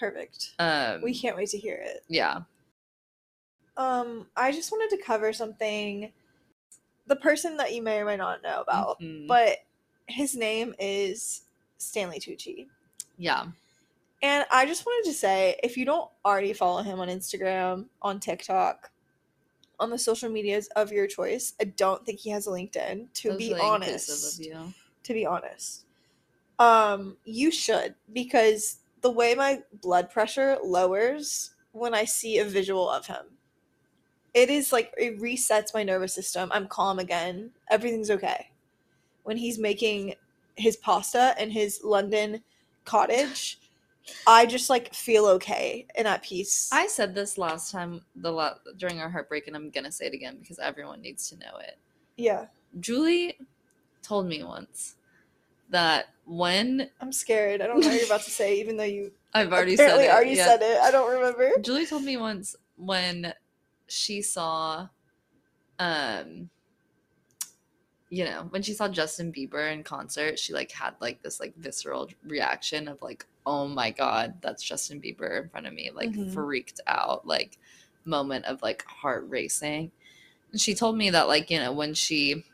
[SPEAKER 1] Perfect.
[SPEAKER 2] Um,
[SPEAKER 1] We can't wait to hear it.
[SPEAKER 2] yeah.
[SPEAKER 1] Um I just wanted to cover something the person that you may or may not know about.
[SPEAKER 2] Mhm.
[SPEAKER 1] but his name is Stanley Tucci.
[SPEAKER 2] yeah.
[SPEAKER 1] And I just wanted to say if you don't already follow him on Instagram, on TikTok, on the social medias of your choice, I don't think he has a LinkedIn, to
[SPEAKER 2] That's
[SPEAKER 1] be
[SPEAKER 2] really inclusive
[SPEAKER 1] honest.
[SPEAKER 2] of you.
[SPEAKER 1] To be honest. Um, you should because the way my blood pressure lowers when I see a visual of him. It is like it resets my nervous system. I'm calm again. Everything's okay. When he's making his pasta in his London cottage, I just like feel okay and at peace.
[SPEAKER 2] I said this last time the la- during our heartbreak, and I'm gonna say it again because everyone needs to know it.
[SPEAKER 1] yeah,
[SPEAKER 2] Julie told me once that when
[SPEAKER 1] I'm scared. I don't know what you're about to say, even though you
[SPEAKER 2] I've already
[SPEAKER 1] apparently
[SPEAKER 2] said it,
[SPEAKER 1] already
[SPEAKER 2] yeah.
[SPEAKER 1] said it. I don't remember.
[SPEAKER 2] Julie told me once when she saw, um, you know, when she saw Justin Bieber in concert, she like had like this like visceral reaction of like, oh my god, that's Justin Bieber in front of me, like
[SPEAKER 1] Mhm.
[SPEAKER 2] freaked out, like moment of like heart racing. And she told me that like you know when she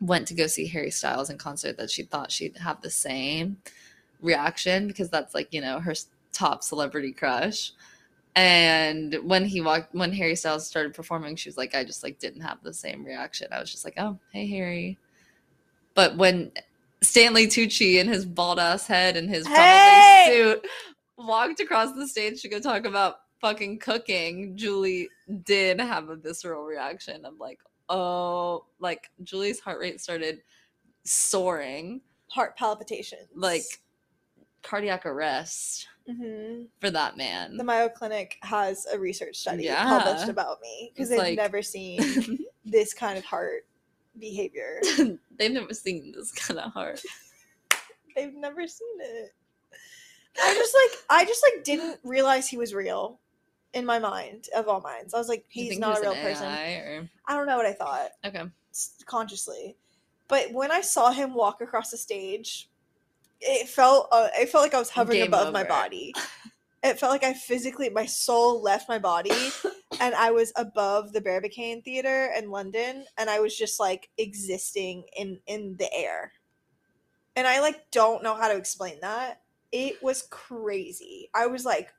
[SPEAKER 2] went to go see Harry Styles in concert, that she thought she'd have the same reaction because that's like you know her s- top celebrity crush and when he walked when harry styles started performing she was like i just like didn't have the same reaction i was just like oh hey harry but when stanley tucci in his bald ass head and his probably
[SPEAKER 1] Hey!
[SPEAKER 2] suit walked across the stage to go talk about fucking cooking julie did have a visceral reaction i'm like oh like julie's heart rate started soaring
[SPEAKER 1] Heart palpitations.
[SPEAKER 2] like cardiac arrest
[SPEAKER 1] hmm
[SPEAKER 2] for that man.
[SPEAKER 1] the Mayo Clinic has a research study
[SPEAKER 2] Yeah.
[SPEAKER 1] published about me because
[SPEAKER 2] It's
[SPEAKER 1] they've
[SPEAKER 2] like-
[SPEAKER 1] never seen this kind of heart behavior.
[SPEAKER 2] They've never seen this kind of heart.
[SPEAKER 1] they've never seen it. I just like I just like didn't realize he was real in my mind of all minds. I was like,
[SPEAKER 2] You
[SPEAKER 1] he's
[SPEAKER 2] think
[SPEAKER 1] not
[SPEAKER 2] he
[SPEAKER 1] a
[SPEAKER 2] was
[SPEAKER 1] real
[SPEAKER 2] an
[SPEAKER 1] person.
[SPEAKER 2] AI or-
[SPEAKER 1] I don't know what I thought
[SPEAKER 2] Okay.
[SPEAKER 1] s- consciously, but when I saw him walk across the stage, it felt uh, it felt like I was hovering
[SPEAKER 2] Game
[SPEAKER 1] above my
[SPEAKER 2] over.
[SPEAKER 1] body. It felt like I physically, my soul left my body, and I was above the Barbican Theater in London, and I was just like existing in in the air. And I like don't know how to explain that. It was crazy. I was like,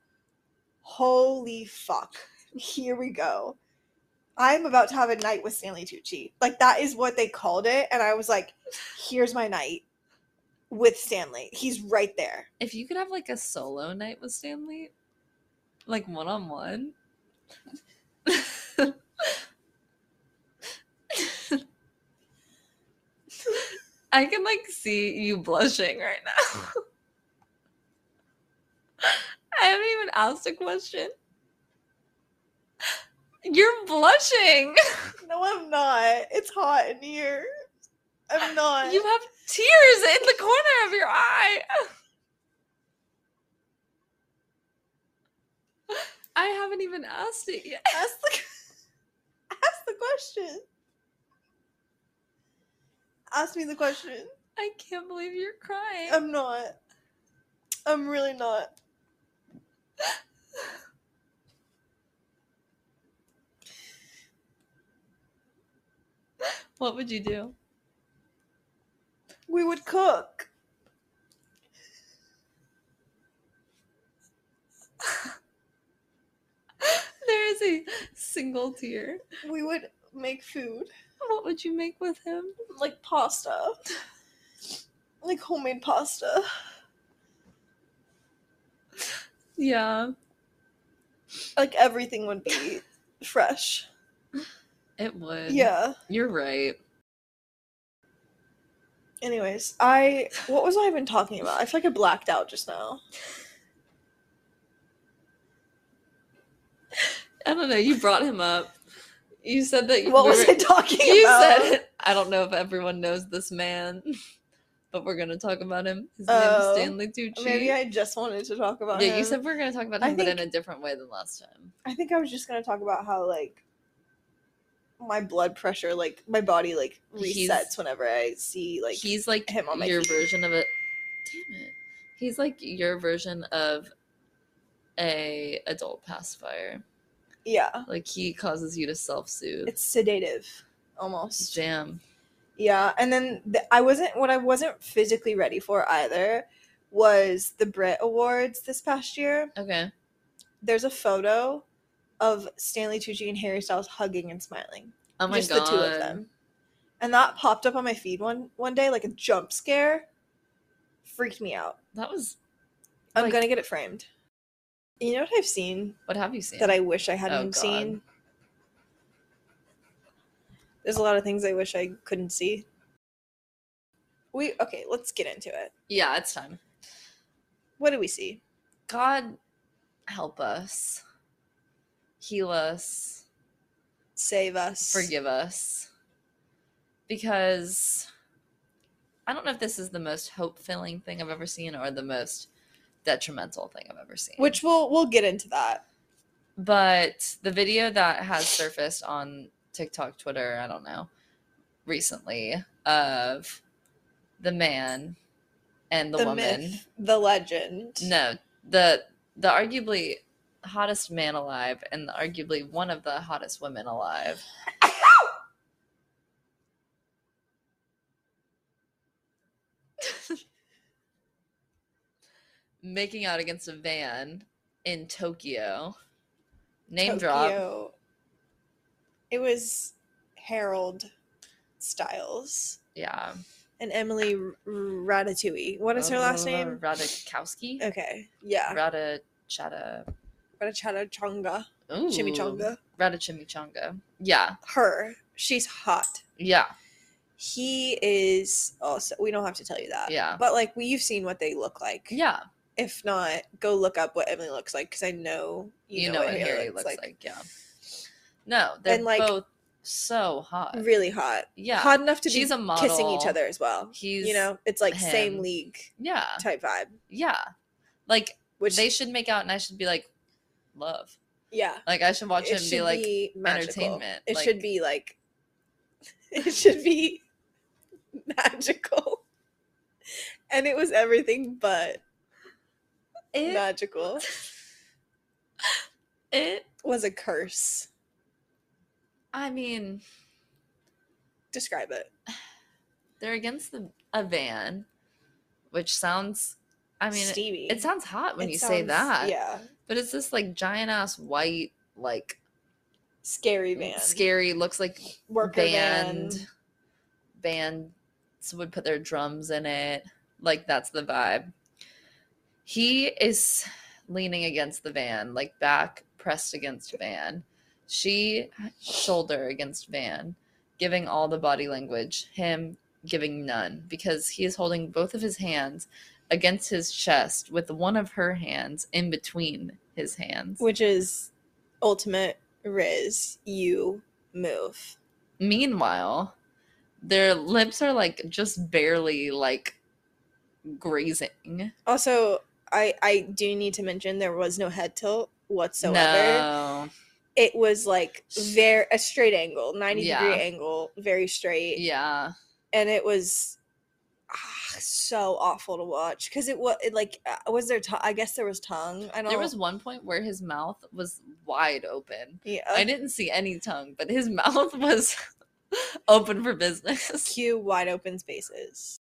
[SPEAKER 1] "Holy fuck, here we go." I'm about to have a night with Stanley Tucci. Like that is what they called it. And I was like, here's my night with Stanley. He's right there.
[SPEAKER 2] If you could have like a solo night with Stanley, like one on one. I can like see you blushing right now. I haven't even asked a question. You're blushing.
[SPEAKER 1] No, I'm not. It's hot in here. I'm not.
[SPEAKER 2] You have tears in the corner of your eye. I haven't even asked it yet.
[SPEAKER 1] ask the ask the question. Ask me the question.
[SPEAKER 2] I can't believe you're crying.
[SPEAKER 1] I'm not. I'm really not.
[SPEAKER 2] what would you do?
[SPEAKER 1] We would cook.
[SPEAKER 2] There is a single tear.
[SPEAKER 1] We would make food
[SPEAKER 2] What would you make with him?
[SPEAKER 1] like pasta, like homemade pasta.
[SPEAKER 2] Yeah,
[SPEAKER 1] Like everything would be fresh.
[SPEAKER 2] it would.
[SPEAKER 1] Yeah.
[SPEAKER 2] You're right.
[SPEAKER 1] Anyways, I what was I even talking about? I feel like I blacked out just now.
[SPEAKER 2] I don't know. You brought him up. You said that you
[SPEAKER 1] What was
[SPEAKER 2] were-
[SPEAKER 1] I talking
[SPEAKER 2] You
[SPEAKER 1] about?
[SPEAKER 2] said it. I don't know if everyone knows this man, but we're gonna talk about him. His
[SPEAKER 1] Oh.
[SPEAKER 2] name is Stanley Tucci.
[SPEAKER 1] Maybe I just wanted to talk about.
[SPEAKER 2] yeah, you
[SPEAKER 1] him.
[SPEAKER 2] said we are gonna talk about
[SPEAKER 1] I
[SPEAKER 2] him, but in a
[SPEAKER 1] think-
[SPEAKER 2] different way than last time.
[SPEAKER 1] I think I was just gonna talk about how like my blood pressure, like my body, like resets
[SPEAKER 2] He's-
[SPEAKER 1] whenever I see like
[SPEAKER 2] he's like
[SPEAKER 1] him on my
[SPEAKER 2] your
[SPEAKER 1] feed.
[SPEAKER 2] version of a. Damn it! He's like your version of a adult pacifier.
[SPEAKER 1] yeah,
[SPEAKER 2] Like he causes you to self soothe.
[SPEAKER 1] it's sedative almost.
[SPEAKER 2] Damn.
[SPEAKER 1] Yeah, and then the, I wasn't what I wasn't physically ready for either was the Brit Awards this past year.
[SPEAKER 2] Okay.
[SPEAKER 1] There's a photo of Stanley Tucci and Harry Styles hugging and smiling.
[SPEAKER 2] Oh my
[SPEAKER 1] just
[SPEAKER 2] god.
[SPEAKER 1] the two of them. And that popped up on my feed one one day like a jump scare. Freaked me out.
[SPEAKER 2] That was.
[SPEAKER 1] I'm
[SPEAKER 2] Like-
[SPEAKER 1] gonna get it framed. You know what I've seen
[SPEAKER 2] What have you seen?
[SPEAKER 1] that I wish I
[SPEAKER 2] Oh,
[SPEAKER 1] hadn't
[SPEAKER 2] God.
[SPEAKER 1] seen? There's a lot of things I wish I couldn't see. We okay, let's get into it.
[SPEAKER 2] yeah, it's time.
[SPEAKER 1] What do we see?
[SPEAKER 2] God help us, heal us,
[SPEAKER 1] Save us.
[SPEAKER 2] forgive us. Because I don't know if this is the most hope filling thing I've ever seen or the most detrimental thing I've ever seen.
[SPEAKER 1] Which we'll we'll get into that.
[SPEAKER 2] but the video that has surfaced on TikTok, Twitter, I don't know, recently of the man and the, woman.
[SPEAKER 1] myth, the legend.
[SPEAKER 2] No, the the arguably hottest man alive and arguably one of the hottest women alive. Making out against a van in Tokyo. Name drop.
[SPEAKER 1] Tokyo. It was Harold Styles
[SPEAKER 2] Yeah.
[SPEAKER 1] and Emily R- Ratatouille. What is her
[SPEAKER 2] Uh,
[SPEAKER 1] last name? Uh,
[SPEAKER 2] Radikowski.
[SPEAKER 1] Okay. Yeah.
[SPEAKER 2] Radachata.
[SPEAKER 1] Ratachanga.
[SPEAKER 2] Ooh,
[SPEAKER 1] Chimichanga.
[SPEAKER 2] Radachimichanga. Yeah.
[SPEAKER 1] Her. She's hot.
[SPEAKER 2] Yeah.
[SPEAKER 1] He is also we don't have to tell you that.
[SPEAKER 2] Yeah.
[SPEAKER 1] But like we you've seen what they look like.
[SPEAKER 2] Yeah.
[SPEAKER 1] If not, go look up what Emily looks like because I know
[SPEAKER 2] you, know, what Harry looks like. Yeah. No, they're
[SPEAKER 1] And, like,
[SPEAKER 2] both so hot.
[SPEAKER 1] Really hot.
[SPEAKER 2] yeah.
[SPEAKER 1] Hot enough to
[SPEAKER 2] She's
[SPEAKER 1] be
[SPEAKER 2] a model.
[SPEAKER 1] kissing each other as well.
[SPEAKER 2] He's
[SPEAKER 1] you know, it's like
[SPEAKER 2] him.
[SPEAKER 1] same league
[SPEAKER 2] Yeah.
[SPEAKER 1] type vibe.
[SPEAKER 2] Yeah. Like
[SPEAKER 1] Which
[SPEAKER 2] they should make out and I should be like love.
[SPEAKER 1] yeah.
[SPEAKER 2] Like I should watch
[SPEAKER 1] it
[SPEAKER 2] him
[SPEAKER 1] should
[SPEAKER 2] be like
[SPEAKER 1] magical.
[SPEAKER 2] entertainment,
[SPEAKER 1] It
[SPEAKER 2] like-
[SPEAKER 1] should be like it should be magical. And it was everything but
[SPEAKER 2] it,
[SPEAKER 1] magical.
[SPEAKER 2] it
[SPEAKER 1] Was a curse.
[SPEAKER 2] I mean,
[SPEAKER 1] Describe it.
[SPEAKER 2] they're against the a van, which sounds I mean it,
[SPEAKER 1] Stevie.
[SPEAKER 2] it sounds hot when
[SPEAKER 1] It
[SPEAKER 2] you say
[SPEAKER 1] sounds-
[SPEAKER 2] that.
[SPEAKER 1] Yeah.
[SPEAKER 2] But it's this like giant ass white like
[SPEAKER 1] Scary van.
[SPEAKER 2] scary looks like
[SPEAKER 1] Worker van.
[SPEAKER 2] band bands would put their drums in it like that's the vibe he is leaning against the van like back pressed against van she shoulder against van giving all the body language him giving none because he is holding both of his hands against his chest with one of her hands in between his hands
[SPEAKER 1] Which is ultimate Riz. You move.
[SPEAKER 2] Meanwhile, their lips are like just barely like grazing.
[SPEAKER 1] Also, I I do need to mention there was no head tilt whatsoever.
[SPEAKER 2] no.
[SPEAKER 1] It was like very a straight angle, ninety
[SPEAKER 2] Yeah.
[SPEAKER 1] degree angle, very straight,
[SPEAKER 2] Yeah.
[SPEAKER 1] and it was ah, so awful to watch because it was like uh, was there to- I guess there was tongue. I don't.
[SPEAKER 2] There was one point where his mouth was wide open.
[SPEAKER 1] yeah.
[SPEAKER 2] I didn't see any tongue, but his mouth was open for business.
[SPEAKER 1] Cue wide open spaces.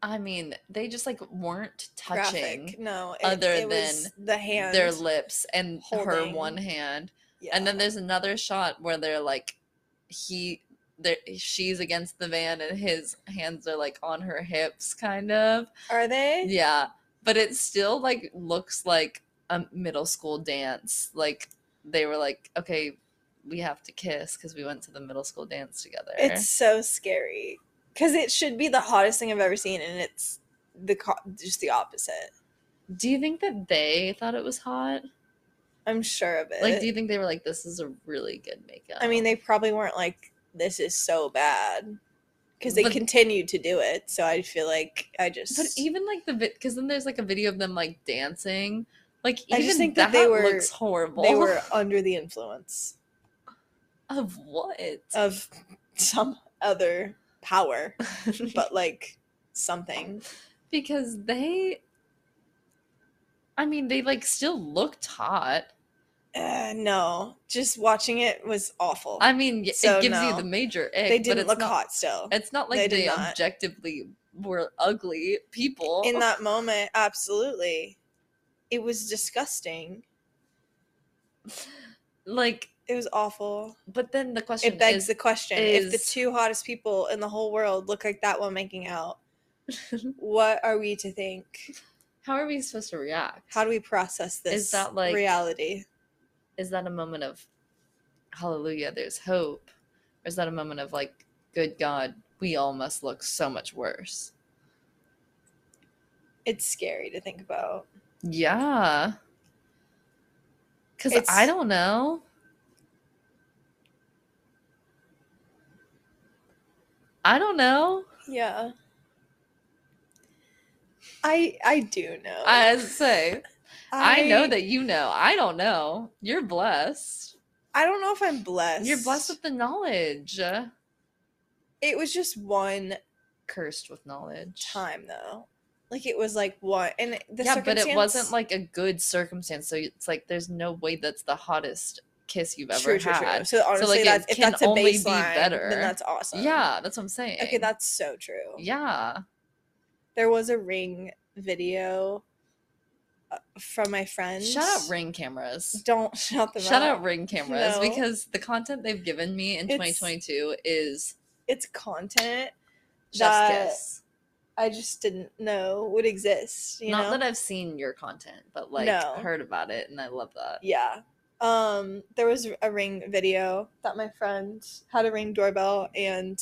[SPEAKER 2] I mean, they just like weren't touching
[SPEAKER 1] Graphic. No, it,
[SPEAKER 2] other
[SPEAKER 1] it was the hand.
[SPEAKER 2] their lips and her
[SPEAKER 1] holding.
[SPEAKER 2] one hand.
[SPEAKER 1] Yeah.
[SPEAKER 2] And then there's another shot where they're like, he, there, she's against the van, and his hands are like on her hips, kind of.
[SPEAKER 1] are they?
[SPEAKER 2] Yeah, but it still like looks like a middle school dance. Like they were like, okay, we have to kiss because we went to the middle school dance together.
[SPEAKER 1] It's so scary because it should be the hottest thing I've ever seen, and it's the co- just the opposite.
[SPEAKER 2] do you think that they thought it was hot?
[SPEAKER 1] I'm sure of it.
[SPEAKER 2] Like, do you think they were like, this is a really good makeup?
[SPEAKER 1] I mean, they probably weren't like this is so bad because they
[SPEAKER 2] But-
[SPEAKER 1] continued to do it. So I feel like I just
[SPEAKER 2] But even like the because then there's like a video of them like dancing. Like
[SPEAKER 1] I
[SPEAKER 2] even
[SPEAKER 1] just think that
[SPEAKER 2] that,
[SPEAKER 1] they were-
[SPEAKER 2] looks horrible.
[SPEAKER 1] they were under the influence
[SPEAKER 2] of what?
[SPEAKER 1] of some other power, but like something.
[SPEAKER 2] because they, I mean, they like still looked hot.
[SPEAKER 1] Uh, no, just watching it was awful.
[SPEAKER 2] I mean, y-
[SPEAKER 1] Oh, So,
[SPEAKER 2] it gives you
[SPEAKER 1] no.
[SPEAKER 2] the major ick.
[SPEAKER 1] they
[SPEAKER 2] but
[SPEAKER 1] didn't
[SPEAKER 2] it's
[SPEAKER 1] look
[SPEAKER 2] not,
[SPEAKER 1] hot still.
[SPEAKER 2] It's not like
[SPEAKER 1] They
[SPEAKER 2] they,
[SPEAKER 1] did not.
[SPEAKER 2] objectively were ugly people.
[SPEAKER 1] in that moment absolutely it was disgusting
[SPEAKER 2] like,
[SPEAKER 1] it was awful
[SPEAKER 2] but then the question
[SPEAKER 1] it begs
[SPEAKER 2] is,
[SPEAKER 1] the question if the
[SPEAKER 2] is-
[SPEAKER 1] two hottest people in the whole world look like that while making out what are we to think
[SPEAKER 2] how are we supposed to react?
[SPEAKER 1] how do we process this
[SPEAKER 2] that, like-
[SPEAKER 1] reality
[SPEAKER 2] is that a moment of hallelujah? There's hope, or is that a moment of like, good God, we all must look so much worse?
[SPEAKER 1] it's scary to think about
[SPEAKER 2] Yeah, because I
[SPEAKER 1] It's-
[SPEAKER 2] don't know. I don't know.
[SPEAKER 1] yeah i i do know
[SPEAKER 2] I say. I know that you know. I don't know. You're blessed.
[SPEAKER 1] i don't know if i'm blessed
[SPEAKER 2] You're blessed with the knowledge.
[SPEAKER 1] it was just one
[SPEAKER 2] Cursed with knowledge.
[SPEAKER 1] time though like it was like what and it- the
[SPEAKER 2] yeah, but it wasn't
[SPEAKER 1] circumstance-
[SPEAKER 2] like a good circumstance. So it's like there's no way that's the hottest kiss you've ever had.
[SPEAKER 1] So honestly,
[SPEAKER 2] like, it
[SPEAKER 1] that's, if
[SPEAKER 2] can
[SPEAKER 1] that's a
[SPEAKER 2] only be
[SPEAKER 1] baseline,
[SPEAKER 2] better.
[SPEAKER 1] then that's awesome.
[SPEAKER 2] Yeah, that's what I'm saying.
[SPEAKER 1] Okay, that's so true.
[SPEAKER 2] yeah.
[SPEAKER 1] There was a ring video uh, from my friends.
[SPEAKER 2] Shout out ring cameras.
[SPEAKER 1] Don't shout them
[SPEAKER 2] Shout
[SPEAKER 1] out.
[SPEAKER 2] out ring cameras
[SPEAKER 1] No.
[SPEAKER 2] because the content they've given me in
[SPEAKER 1] It's-
[SPEAKER 2] 2022 is
[SPEAKER 1] It's content
[SPEAKER 2] just
[SPEAKER 1] That,
[SPEAKER 2] kiss.
[SPEAKER 1] I just didn't know would exist. You
[SPEAKER 2] Not
[SPEAKER 1] know?
[SPEAKER 2] that I've seen your content, but like
[SPEAKER 1] No.
[SPEAKER 2] heard about it and I love that.
[SPEAKER 1] yeah. Um, there was a ring video that my friend had a ring doorbell, and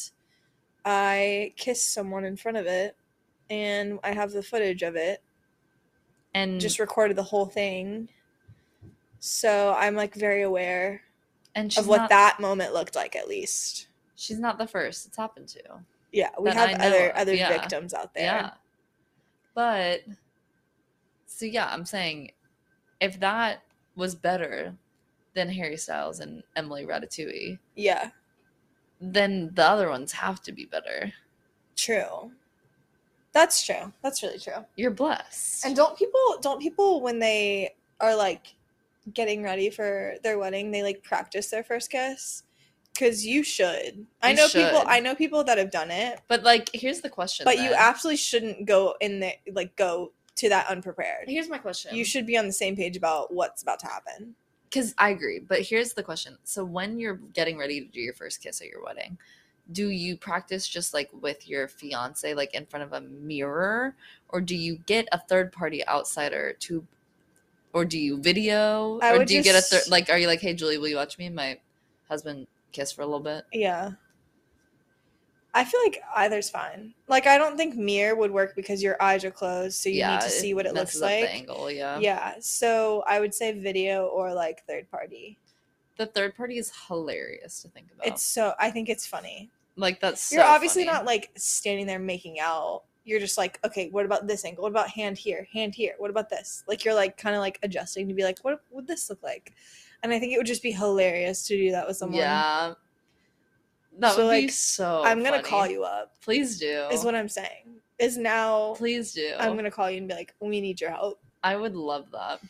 [SPEAKER 1] I kissed someone in front of it, and I have the footage of it.
[SPEAKER 2] And
[SPEAKER 1] just recorded the whole thing. So I'm like very aware
[SPEAKER 2] and she's
[SPEAKER 1] of what
[SPEAKER 2] not-
[SPEAKER 1] that moment looked like at least.
[SPEAKER 2] she's not the first it's happened to
[SPEAKER 1] Yeah, we
[SPEAKER 2] That I
[SPEAKER 1] have
[SPEAKER 2] know
[SPEAKER 1] other
[SPEAKER 2] of,
[SPEAKER 1] other
[SPEAKER 2] yeah.
[SPEAKER 1] victims out there.
[SPEAKER 2] yeah but so yeah i'm saying if that was better than harry styles and emily ratatouille
[SPEAKER 1] Yeah,
[SPEAKER 2] then the other ones have to be better
[SPEAKER 1] true. That's true. That's really true.
[SPEAKER 2] you're blessed
[SPEAKER 1] And don't people don't people when they are like getting ready for their wedding, they like practice their first kiss? Cuz you should. I
[SPEAKER 2] You
[SPEAKER 1] know people
[SPEAKER 2] should.
[SPEAKER 1] I know people that have done it,
[SPEAKER 2] but like here's the question
[SPEAKER 1] but you
[SPEAKER 2] then.
[SPEAKER 1] absolutely shouldn't go in there like go to that unprepared.
[SPEAKER 2] here's my question
[SPEAKER 1] You should be on the same page about what's about to happen.
[SPEAKER 2] because I agree. But here's the question: So when you're getting ready to do your first kiss at your wedding, do you practice just like with your fiance, like in front of a mirror, or do you get a third party outsider to, or do you video,
[SPEAKER 1] I
[SPEAKER 2] or
[SPEAKER 1] would
[SPEAKER 2] do you get a third?
[SPEAKER 1] just-
[SPEAKER 2] Like, are you like, hey Julie, will you watch me and my husband kiss for a little bit?
[SPEAKER 1] Yeah. I feel like either's fine. Like I don't think mirror would work because your eyes are closed, so you need to see what it looks
[SPEAKER 2] messes up the
[SPEAKER 1] like.
[SPEAKER 2] angle,
[SPEAKER 1] Yeah.
[SPEAKER 2] yeah.
[SPEAKER 1] So I would say video or like third party.
[SPEAKER 2] The third party is hilarious to think about.
[SPEAKER 1] It's so I think it's funny.
[SPEAKER 2] like that's
[SPEAKER 1] You're
[SPEAKER 2] Oh. so
[SPEAKER 1] obviously
[SPEAKER 2] funny.
[SPEAKER 1] not like standing there making out. You're just like, okay, what about this angle? What about hand here? Hand here? What about this? Like you're like kind of like adjusting to be like, what would this look like? And I think it would just be hilarious to do that with someone.
[SPEAKER 2] Yeah. That
[SPEAKER 1] So,
[SPEAKER 2] would be
[SPEAKER 1] like,
[SPEAKER 2] so.
[SPEAKER 1] I'm gonna call
[SPEAKER 2] funny. Oh.
[SPEAKER 1] you up.
[SPEAKER 2] Please do.
[SPEAKER 1] Is what I'm saying. Is now
[SPEAKER 2] Please do.
[SPEAKER 1] I'm gonna call you and be like, we need your help.
[SPEAKER 2] I would love that.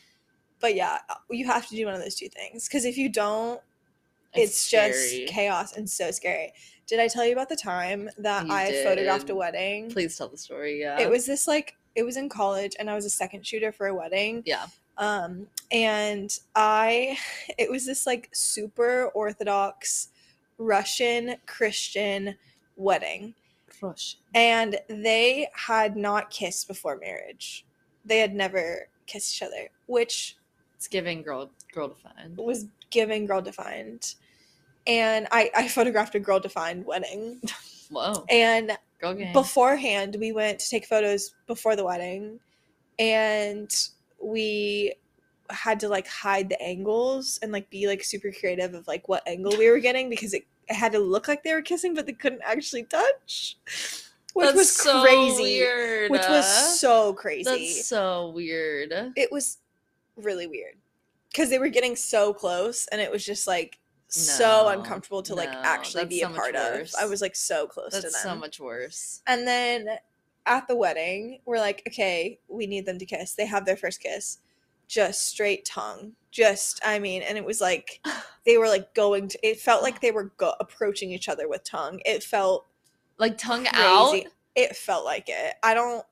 [SPEAKER 1] But yeah, uh, you have to do one of those two things because if you don't, it's, just
[SPEAKER 2] scary.
[SPEAKER 1] chaos and so scary. Did I tell you about the time that
[SPEAKER 2] You
[SPEAKER 1] I photographed a
[SPEAKER 2] did.
[SPEAKER 1] wedding?
[SPEAKER 2] Please tell the story. Yeah.
[SPEAKER 1] It was this like it was in college, and I was a second shooter for a wedding.
[SPEAKER 2] Yeah.
[SPEAKER 1] Um, and I, it was this like super orthodox Russian Christian wedding.
[SPEAKER 2] Rush.
[SPEAKER 1] and they had not kissed before marriage. They had never kissed each other, which
[SPEAKER 2] It's giving girl girl defined.
[SPEAKER 1] was given girl defined. And I, I photographed a girl defined wedding.
[SPEAKER 2] Whoa.
[SPEAKER 1] And
[SPEAKER 2] Girl gang.
[SPEAKER 1] beforehand, we went to take photos before the wedding, and we had to like hide the angles and like be like super creative of like what angle we were getting because it, it had to look like they were kissing, but they couldn't actually touch, which
[SPEAKER 2] That's
[SPEAKER 1] was
[SPEAKER 2] so
[SPEAKER 1] crazy.
[SPEAKER 2] Weird.
[SPEAKER 1] which was so crazy.
[SPEAKER 2] That's so weird.
[SPEAKER 1] it was really weird because they were getting so close, and it was just like so
[SPEAKER 2] No,
[SPEAKER 1] uncomfortable to like
[SPEAKER 2] no,
[SPEAKER 1] actually
[SPEAKER 2] that's
[SPEAKER 1] be
[SPEAKER 2] so
[SPEAKER 1] a
[SPEAKER 2] much
[SPEAKER 1] part
[SPEAKER 2] worse.
[SPEAKER 1] of. I was like so close to them.
[SPEAKER 2] That's so much worse.
[SPEAKER 1] And then at the wedding, we're like, okay, we need them to kiss. They have their first kiss, just straight tongue. Just, I mean, and it was like they were like going to. It felt like they were go- approaching each other with tongue. It felt
[SPEAKER 2] Like tongue out.
[SPEAKER 1] crazy. It felt like it. I don't.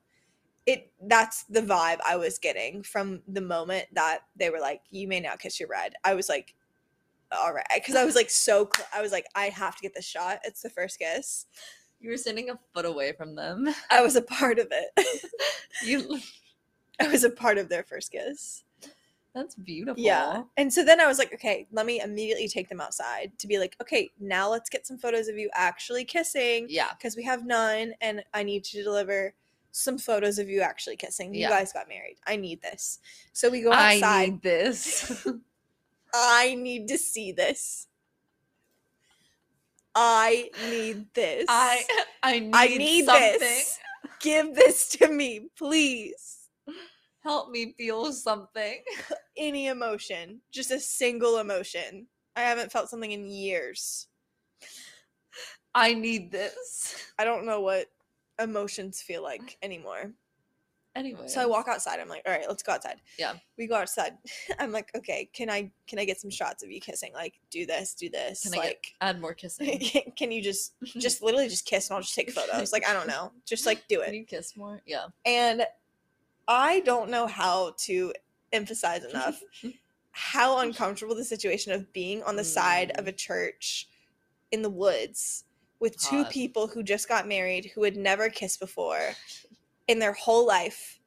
[SPEAKER 1] It. That's the vibe I was getting from the moment that they were like, "You may now kiss your bride." I was like, "All right," because I was like so. Cl- I was like, "I have to get this shot. It's the first kiss."
[SPEAKER 2] You were standing a foot away from them.
[SPEAKER 1] I was a part of it.
[SPEAKER 2] You.
[SPEAKER 1] I was a part of their first kiss.
[SPEAKER 2] That's beautiful.
[SPEAKER 1] Yeah. And so then I was like, okay, let me immediately take them outside to be like, okay, now let's get some photos of you actually kissing
[SPEAKER 2] Yeah.
[SPEAKER 1] because we have none and I need to deliver some photos of you actually kissing. You
[SPEAKER 2] Yeah.
[SPEAKER 1] guys got married. I need this. So we go outside.
[SPEAKER 2] I need this.
[SPEAKER 1] I need to see this. I need this.
[SPEAKER 2] I I need,
[SPEAKER 1] I need
[SPEAKER 2] something.
[SPEAKER 1] this. Give this to me, please.
[SPEAKER 2] Help me feel something.
[SPEAKER 1] Any emotion, just a single emotion. I haven't felt something in years.
[SPEAKER 2] I need this.
[SPEAKER 1] I don't know what emotions feel like anymore.
[SPEAKER 2] Anyway.
[SPEAKER 1] So I walk outside. I'm like, all right, let's go outside.
[SPEAKER 2] Yeah.
[SPEAKER 1] We go outside. I'm like, okay, can I can I get some shots of you kissing? Like, do this, do this.
[SPEAKER 2] Can I get-
[SPEAKER 1] like,
[SPEAKER 2] add more kissing.
[SPEAKER 1] can you just just literally just kiss and I'll just take photos? Like, I don't know. Just like do
[SPEAKER 2] Can
[SPEAKER 1] it.
[SPEAKER 2] you kiss more? Yeah.
[SPEAKER 1] And I don't know how to emphasize enough how uncomfortable the situation of being on the side of
[SPEAKER 2] Mm.
[SPEAKER 1] a church in the woods with two
[SPEAKER 2] Hot.
[SPEAKER 1] people who just got married who had never kissed before in their whole life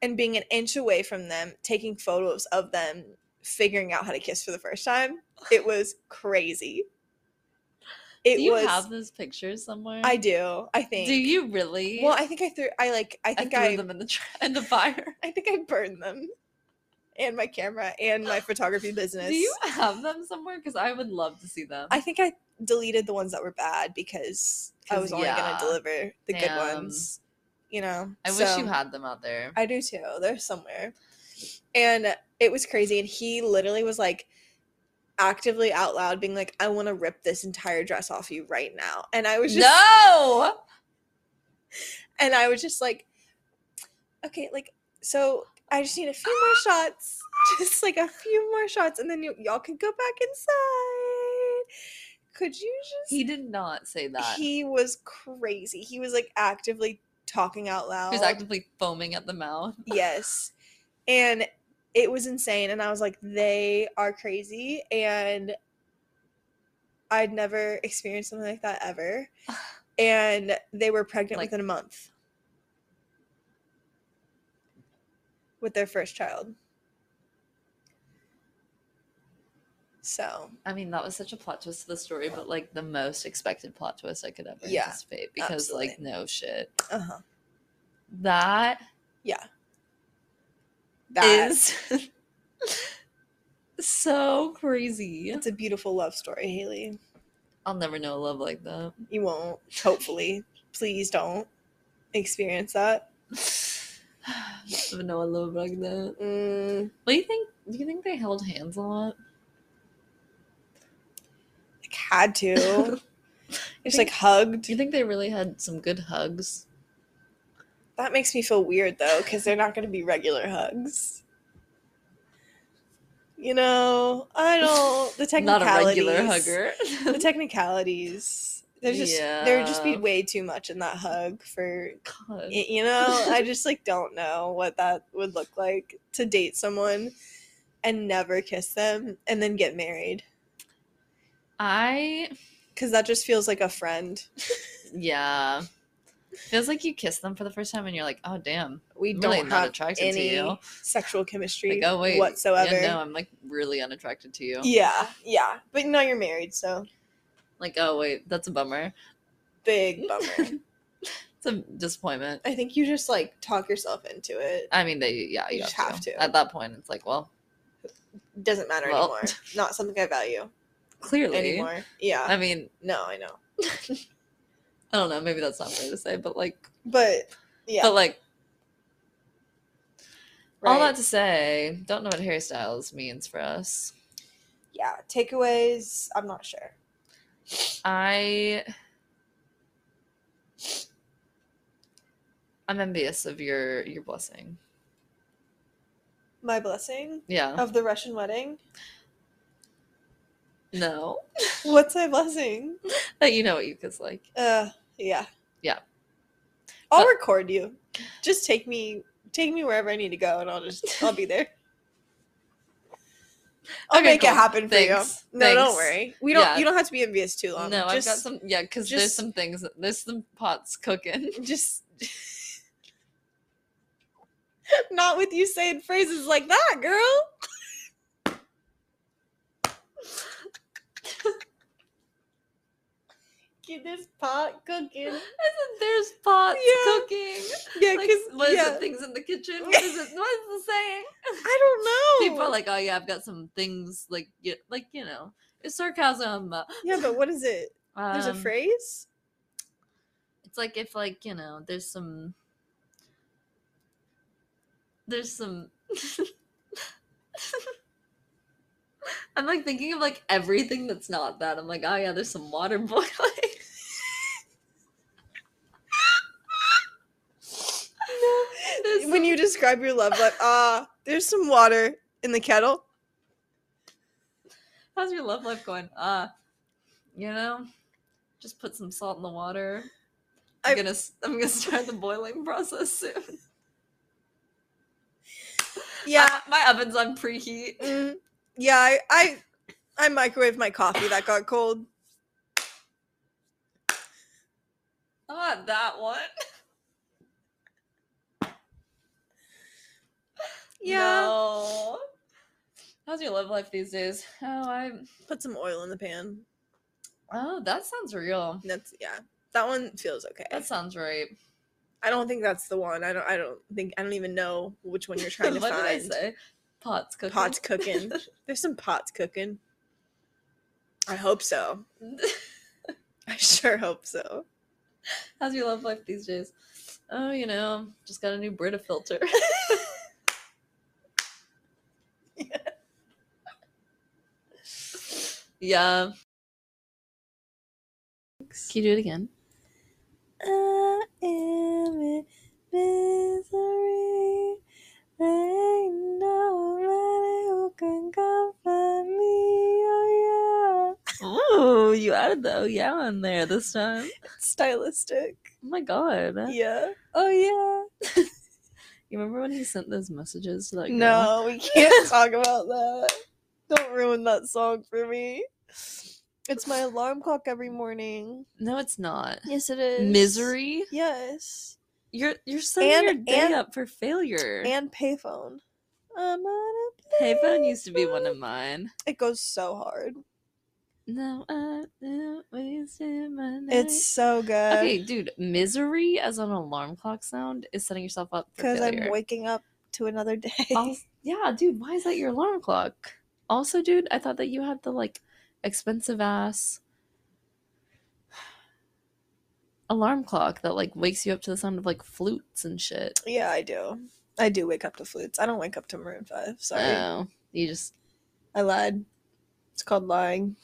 [SPEAKER 1] and being an inch away from them taking photos of them figuring out how to kiss for the first time it was crazy it
[SPEAKER 2] do you
[SPEAKER 1] was
[SPEAKER 2] have those pictures somewhere?
[SPEAKER 1] i do i think
[SPEAKER 2] Do you really?
[SPEAKER 1] well i think i threw i like i
[SPEAKER 2] I
[SPEAKER 1] think
[SPEAKER 2] threw
[SPEAKER 1] i
[SPEAKER 2] them in the tra- in the fire.
[SPEAKER 1] i think i burned them and my camera and my photography business
[SPEAKER 2] Do you have them somewhere? Because I would love to see them.
[SPEAKER 1] I think I deleted the ones that were bad because I
[SPEAKER 2] 'Cause,
[SPEAKER 1] was only
[SPEAKER 2] Oh, yeah.
[SPEAKER 1] gonna deliver the good
[SPEAKER 2] Damn.
[SPEAKER 1] ones. You know.
[SPEAKER 2] I wish
[SPEAKER 1] So,
[SPEAKER 2] you had them out there.
[SPEAKER 1] I do too. They're somewhere. And it was crazy. And he literally was like actively out loud being like, I wanna rip this entire dress off you right now. And I was just
[SPEAKER 2] no.
[SPEAKER 1] and I was just like, Okay, like so I just need a few more shots. Just like a few more shots, and then y- y'all can go back inside. Could you just
[SPEAKER 2] He did not say that. He
[SPEAKER 1] He was crazy. He was like actively talking out loud.
[SPEAKER 2] was actively foaming at the mouth.
[SPEAKER 1] yes. And it was insane and i was like they are crazy and i'd never experienced something like that ever and they were pregnant
[SPEAKER 2] Like-
[SPEAKER 1] within a month with their first child so
[SPEAKER 2] I mean, that was such a plot twist to the story, but like the most expected plot twist I could ever
[SPEAKER 1] Yeah,
[SPEAKER 2] anticipate because, like, no shit.
[SPEAKER 1] uh-huh
[SPEAKER 2] That
[SPEAKER 1] yeah that is
[SPEAKER 2] is so crazy.
[SPEAKER 1] it's a beautiful love story haley
[SPEAKER 2] I'll never know love like that.
[SPEAKER 1] you won't hopefully please don't experience that
[SPEAKER 2] never know a love like that.
[SPEAKER 1] Mm,
[SPEAKER 2] What do you think? Do you think they held hands a lot?
[SPEAKER 1] like had to just like
[SPEAKER 2] think-
[SPEAKER 1] hugged
[SPEAKER 2] Do you think they really had some good hugs?
[SPEAKER 1] that makes me feel weird though because they're not going to be regular hugs you know i don't the
[SPEAKER 2] Not
[SPEAKER 1] technicalities
[SPEAKER 2] a regular hugger.
[SPEAKER 1] the technicalities there's just there would just be
[SPEAKER 2] Yeah.
[SPEAKER 1] way too much in that hug for
[SPEAKER 2] God.
[SPEAKER 1] y- you know i just like don't know what that would look like to date someone and never kiss them and then get married
[SPEAKER 2] I
[SPEAKER 1] because that just feels like a friend
[SPEAKER 2] yeah. Feels like you kiss them for the first time and you're like, oh damn.
[SPEAKER 1] we
[SPEAKER 2] I'm
[SPEAKER 1] don't
[SPEAKER 2] really not
[SPEAKER 1] have
[SPEAKER 2] attracted to
[SPEAKER 1] any
[SPEAKER 2] you.
[SPEAKER 1] sexual chemistry
[SPEAKER 2] Like, oh wait,
[SPEAKER 1] whatsoever
[SPEAKER 2] Yeah, no, I'm like really unattracted to you.
[SPEAKER 1] Yeah, yeah. But now you're married, so
[SPEAKER 2] Like, oh wait, that's a bummer.
[SPEAKER 1] big bummer.
[SPEAKER 2] It's a disappointment.
[SPEAKER 1] I think you just like talk yourself into it.
[SPEAKER 2] I mean, they yeah, you,
[SPEAKER 1] You just have to.
[SPEAKER 2] At that point, it's like, well,
[SPEAKER 1] Doesn't matter
[SPEAKER 2] Well.
[SPEAKER 1] anymore. Not something I value
[SPEAKER 2] clearly.
[SPEAKER 1] anymore. Yeah.
[SPEAKER 2] I mean,
[SPEAKER 1] no, I know.
[SPEAKER 2] I don't know. Maybe that's not fair to say, but like,
[SPEAKER 1] But yeah.
[SPEAKER 2] but like, all
[SPEAKER 1] right.
[SPEAKER 2] that to say, don't know what Harry Styles means for us.
[SPEAKER 1] yeah. Takeaways, I'm not sure.
[SPEAKER 2] I I'm envious of your your blessing.
[SPEAKER 1] My blessing
[SPEAKER 2] Yeah.
[SPEAKER 1] of the Russian wedding.
[SPEAKER 2] No.
[SPEAKER 1] What's my blessing?
[SPEAKER 2] That you know what you kiss like.
[SPEAKER 1] Uh yeah.
[SPEAKER 2] Yeah.
[SPEAKER 1] I'll
[SPEAKER 2] But-
[SPEAKER 1] record you. Just take me take me wherever I need to go and I'll just I'll be there. I'll
[SPEAKER 2] Okay,
[SPEAKER 1] make it
[SPEAKER 2] cool.
[SPEAKER 1] happen for
[SPEAKER 2] Thanks.
[SPEAKER 1] you. No, don't
[SPEAKER 2] Thanks.
[SPEAKER 1] worry. We don't
[SPEAKER 2] Yeah.
[SPEAKER 1] you don't have to be envious too long.
[SPEAKER 2] no,
[SPEAKER 1] Um, just,
[SPEAKER 2] I've got some yeah, because there's
[SPEAKER 1] just-
[SPEAKER 2] some things there's some pots cooking.
[SPEAKER 1] just not with you saying phrases like that, girl. Get this pot cooking.
[SPEAKER 2] there's pots
[SPEAKER 1] Yeah.
[SPEAKER 2] cooking.
[SPEAKER 1] Yeah,
[SPEAKER 2] Like,
[SPEAKER 1] because
[SPEAKER 2] what is
[SPEAKER 1] yeah,
[SPEAKER 2] it? Things in the kitchen. What is it? What is the saying?
[SPEAKER 1] I don't know.
[SPEAKER 2] People are like, oh yeah, I've got some things like you, like you know, it's sarcasm. uh,
[SPEAKER 1] yeah, but what is it? There's a
[SPEAKER 2] um,
[SPEAKER 1] phrase.
[SPEAKER 2] It's like if like, you know, there's some there's some I'm like thinking of like everything that's not that. I'm like, oh yeah, there's some water boiling. There's
[SPEAKER 1] When you describe your love life, ah, there's some water in the kettle.
[SPEAKER 2] some- how's your love life going? Uh you know, just put some salt in the water. I'm
[SPEAKER 1] I-
[SPEAKER 2] gonna s- I'm gonna start the boiling process soon.
[SPEAKER 1] Yeah,
[SPEAKER 2] Uh, my oven's on preheat.
[SPEAKER 1] Mm, yeah, I, I I microwaved my coffee that got cold.
[SPEAKER 2] Not that one.
[SPEAKER 1] Yeah.
[SPEAKER 2] No. How's your love life these days? Oh, I.
[SPEAKER 1] Put some oil in the pan.
[SPEAKER 2] Oh, that sounds real.
[SPEAKER 1] That's yeah. That one feels okay.
[SPEAKER 2] That sounds right.
[SPEAKER 1] I don't think that's the one. I don't I don't think I don't even know which one you're trying to
[SPEAKER 2] what
[SPEAKER 1] find.
[SPEAKER 2] did I say? Pots cooking.
[SPEAKER 1] Pots cooking. There's some pots cooking. I hope so. I sure hope so.
[SPEAKER 2] How's your love life these days? Oh, you know, just got a new Brita filter. yeah. Can you do it again?
[SPEAKER 1] I am in misery. Ain't nobody who can comfort me. Oh
[SPEAKER 2] Ooh, you added the oh yeah on there this time.
[SPEAKER 1] yeah. Stylistic.
[SPEAKER 2] Oh my god.
[SPEAKER 1] Yeah. Oh yeah.
[SPEAKER 2] You remember when he sent those messages to that girl?
[SPEAKER 1] No, we can't talk about that. Don't ruin that song for me. It's my alarm clock every morning.
[SPEAKER 2] No, it's not.
[SPEAKER 1] Yes, it is.
[SPEAKER 2] Misery.
[SPEAKER 1] Yes.
[SPEAKER 2] You're you're setting
[SPEAKER 1] And-
[SPEAKER 2] your day
[SPEAKER 1] and-
[SPEAKER 2] up for failure.
[SPEAKER 1] And payphone. I'm on a
[SPEAKER 2] Payphone used to be one of
[SPEAKER 1] payphone.
[SPEAKER 2] mine.
[SPEAKER 1] It goes so hard.
[SPEAKER 2] No, I don't waste my night.
[SPEAKER 1] It's so good.
[SPEAKER 2] okay, dude. Misery as an alarm clock sound is setting yourself up for
[SPEAKER 1] Because I'm
[SPEAKER 2] failure. Oh.
[SPEAKER 1] waking up to another day.
[SPEAKER 2] Als- yeah, dude. Why is that your alarm clock? Also, dude, I thought that you had the like expensive ass alarm clock that like wakes you up to the sound of like flutes and shit.
[SPEAKER 1] yeah, I do. I do wake up to flutes. I don't wake up to Maroon 5. Sorry.
[SPEAKER 2] Oh, you just
[SPEAKER 1] I lied. It's called lying.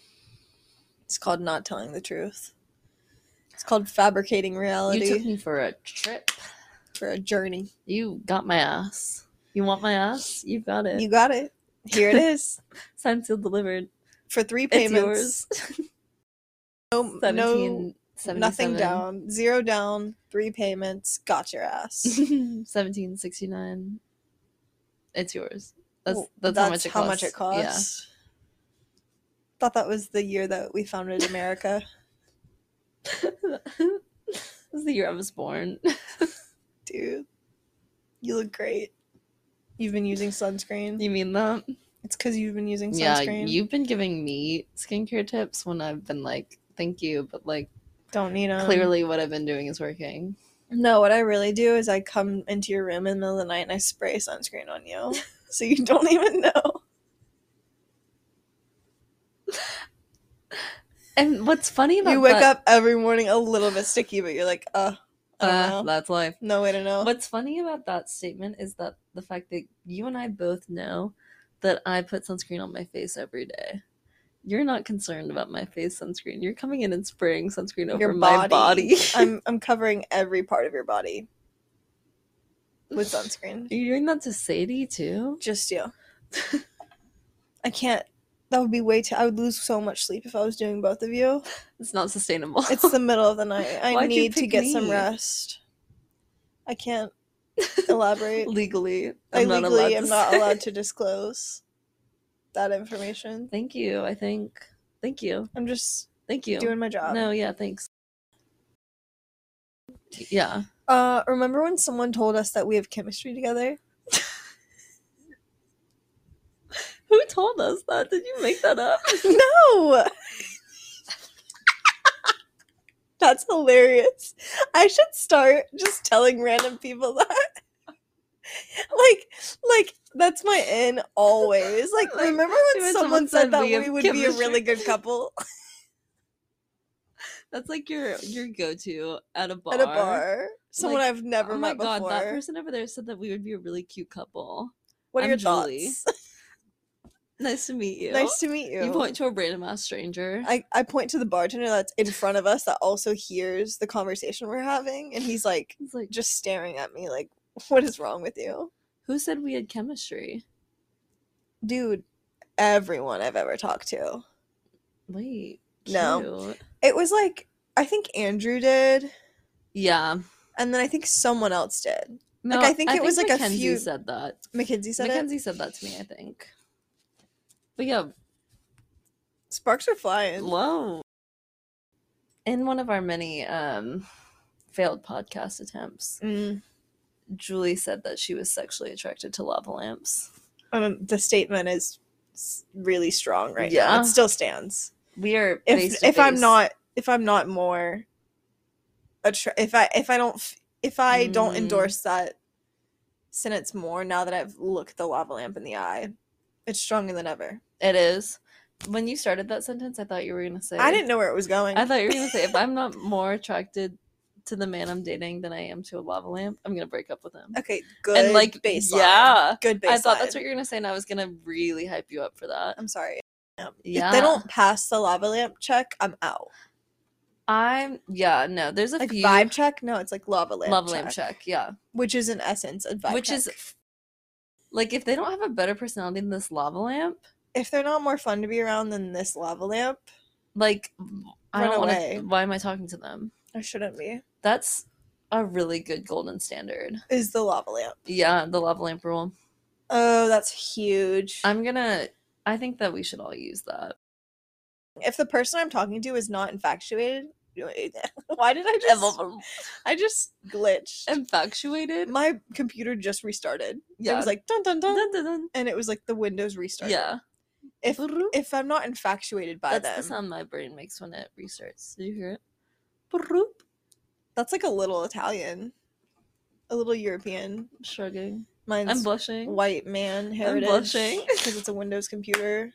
[SPEAKER 1] It's called not telling the truth. It's called fabricating
[SPEAKER 2] you
[SPEAKER 1] reality
[SPEAKER 2] took me for a trip.
[SPEAKER 1] for a journey.
[SPEAKER 2] You got my ass. You want my ass? You got it.
[SPEAKER 1] You got it. Here it is.
[SPEAKER 2] Signed, sealed, delivered.
[SPEAKER 1] For three
[SPEAKER 2] It's
[SPEAKER 1] payments.
[SPEAKER 2] yours.
[SPEAKER 1] No, no,
[SPEAKER 2] Seventeen.
[SPEAKER 1] nothing down. Zero down. Three payments. Got your ass.
[SPEAKER 2] Seventeen sixty nine. It's yours. That's
[SPEAKER 1] Well,
[SPEAKER 2] that's, how much it
[SPEAKER 1] how
[SPEAKER 2] costs.
[SPEAKER 1] much it costs. Thought that was the year that we founded America.
[SPEAKER 2] Yeah. this is the year I was born.
[SPEAKER 1] Dude, you look great. You've been using sunscreen.
[SPEAKER 2] You mean that?
[SPEAKER 1] It's because you've been using
[SPEAKER 2] Yeah,
[SPEAKER 1] sunscreen.
[SPEAKER 2] you've been giving me skincare tips when I've been like, thank you, but like
[SPEAKER 1] don't need them.
[SPEAKER 2] clearly what I've been doing is working.
[SPEAKER 1] No, what I really do is I come into your room in the middle of the night and I spray sunscreen on you. so you don't even know.
[SPEAKER 2] And what's funny about
[SPEAKER 1] You wake
[SPEAKER 2] that-
[SPEAKER 1] up every morning a little bit sticky, but you're like, uh, I don't
[SPEAKER 2] Ah,
[SPEAKER 1] know.
[SPEAKER 2] that's life.
[SPEAKER 1] no way to know.
[SPEAKER 2] What's funny about that statement is that the fact that you and I both know that I put sunscreen on my face every day. You're not concerned about my face sunscreen. You're coming in and spraying sunscreen over
[SPEAKER 1] Your
[SPEAKER 2] my body.
[SPEAKER 1] I'm I'm covering every part of your body with
[SPEAKER 2] Are
[SPEAKER 1] sunscreen.
[SPEAKER 2] you doing that to Sadie too?
[SPEAKER 1] Just you. I can't. That would be way too. I would lose so much sleep if I was doing both of you.
[SPEAKER 2] It's not sustainable.
[SPEAKER 1] It's the middle of the night. I
[SPEAKER 2] Why'd you
[SPEAKER 1] need to
[SPEAKER 2] pick
[SPEAKER 1] get some
[SPEAKER 2] me?
[SPEAKER 1] rest. I can't elaborate.
[SPEAKER 2] legally.
[SPEAKER 1] I
[SPEAKER 2] I'm not allowed
[SPEAKER 1] legally
[SPEAKER 2] to
[SPEAKER 1] am not
[SPEAKER 2] say.
[SPEAKER 1] allowed to disclose that information.
[SPEAKER 2] Thank you. I think. Thank you.
[SPEAKER 1] I'm just
[SPEAKER 2] Thank you.
[SPEAKER 1] doing my job.
[SPEAKER 2] no, yeah, thanks. Yeah.
[SPEAKER 1] Uh, remember when someone told us that we have chemistry together?
[SPEAKER 2] Who told us that? Did you make that up?
[SPEAKER 1] No. That's hilarious. I should start just telling random people that. like, like that's my in always. Like,
[SPEAKER 2] Like,
[SPEAKER 1] remember when
[SPEAKER 2] when
[SPEAKER 1] someone
[SPEAKER 2] someone
[SPEAKER 1] said
[SPEAKER 2] said
[SPEAKER 1] that
[SPEAKER 2] we
[SPEAKER 1] we,
[SPEAKER 2] have
[SPEAKER 1] would be a
[SPEAKER 2] chemistry?
[SPEAKER 1] really good couple
[SPEAKER 2] That's like your your go to at a bar.
[SPEAKER 1] at a bar? Someone I've never
[SPEAKER 2] Oh my
[SPEAKER 1] met
[SPEAKER 2] god,
[SPEAKER 1] before.
[SPEAKER 2] that person over there said that we would be a really cute couple.
[SPEAKER 1] what are
[SPEAKER 2] I'm
[SPEAKER 1] your
[SPEAKER 2] Julie.
[SPEAKER 1] thoughts?
[SPEAKER 2] Nice to meet you.
[SPEAKER 1] Nice to meet you.
[SPEAKER 2] You point to a random ass stranger.
[SPEAKER 1] I, I point to the bartender that's in front of us that also hears the conversation we're having, and he's like
[SPEAKER 2] It's like,
[SPEAKER 1] just staring at me like, what is wrong with you?
[SPEAKER 2] who said we had chemistry?
[SPEAKER 1] Dude, everyone I've ever talked to.
[SPEAKER 2] Wait.
[SPEAKER 1] No.
[SPEAKER 2] cute.
[SPEAKER 1] It was like, I think Andrew did,
[SPEAKER 2] Yeah.
[SPEAKER 1] and then I think someone else did.
[SPEAKER 2] No,
[SPEAKER 1] I think it was, like, a
[SPEAKER 2] Mackenzie
[SPEAKER 1] few-
[SPEAKER 2] said that.
[SPEAKER 1] Mackenzie said
[SPEAKER 2] Mackenzie said that to me, I think. But yeah,
[SPEAKER 1] it. Sparks are flying.
[SPEAKER 2] whoa. In one of our many um failed podcast attempts,
[SPEAKER 1] Mm,
[SPEAKER 2] Julie said that she was sexually attracted to lava lamps.
[SPEAKER 1] um, the statement is s- really strong right now.
[SPEAKER 2] Yeah.
[SPEAKER 1] It still stands.
[SPEAKER 2] We are
[SPEAKER 1] If
[SPEAKER 2] face to
[SPEAKER 1] if I'm
[SPEAKER 2] face.
[SPEAKER 1] not if I'm not more, attra- if I if I don't f- if I don't
[SPEAKER 2] Mm.
[SPEAKER 1] endorse that sentence more now that I've looked the lava lamp in the eye, it's stronger than ever.
[SPEAKER 2] It is. When you started that sentence, I thought you were gonna say.
[SPEAKER 1] I didn't know where it was going.
[SPEAKER 2] I thought you were gonna say if I'm not more attracted to the man I'm dating than I am to a lava lamp, I'm gonna break up with him.
[SPEAKER 1] okay, good.
[SPEAKER 2] and like,
[SPEAKER 1] baseline.
[SPEAKER 2] yeah,
[SPEAKER 1] good baseline.
[SPEAKER 2] I thought that's what you were gonna say, and I was gonna really hype you up for that.
[SPEAKER 1] I'm sorry. Um, If
[SPEAKER 2] Yeah.
[SPEAKER 1] they don't pass the lava lamp check, I'm out.
[SPEAKER 2] I'm yeah, no. There's a
[SPEAKER 1] Like
[SPEAKER 2] few
[SPEAKER 1] vibe check? No, it's like lava lamp.
[SPEAKER 2] love
[SPEAKER 1] check,
[SPEAKER 2] lamp check, yeah,
[SPEAKER 1] which is in essence a vibe
[SPEAKER 2] which
[SPEAKER 1] check.
[SPEAKER 2] is like if they don't have a better personality than this lava lamp,
[SPEAKER 1] if they're not more fun to be around than this lava lamp,
[SPEAKER 2] like I
[SPEAKER 1] Run
[SPEAKER 2] don't
[SPEAKER 1] away.
[SPEAKER 2] want. Why am I talking to them?
[SPEAKER 1] I shouldn't be.
[SPEAKER 2] That's a really good golden standard.
[SPEAKER 1] is the lava lamp.
[SPEAKER 2] Yeah, the lava lamp rule.
[SPEAKER 1] Oh, that's huge.
[SPEAKER 2] I'm gonna. I think that we should all use that.
[SPEAKER 1] if the person I'm talking to is not infatuated, why did I just I just glitched.
[SPEAKER 2] Infatuated.
[SPEAKER 1] My computer just restarted. It
[SPEAKER 2] Yeah.
[SPEAKER 1] was like dun dun dun,
[SPEAKER 2] Dun, dun, dun.
[SPEAKER 1] and it was like the Windows restart.
[SPEAKER 2] Yeah.
[SPEAKER 1] If
[SPEAKER 2] Brrrr.
[SPEAKER 1] if I'm not infatuated by
[SPEAKER 2] That's the
[SPEAKER 1] them,
[SPEAKER 2] sound my brain makes when it restarts. Do you hear it? Broop.
[SPEAKER 1] that's like a little Italian, a little European.
[SPEAKER 2] Shrugging. I'm
[SPEAKER 1] Mine's
[SPEAKER 2] blushing.
[SPEAKER 1] white man heritage
[SPEAKER 2] blushing.
[SPEAKER 1] because it's a Windows computer.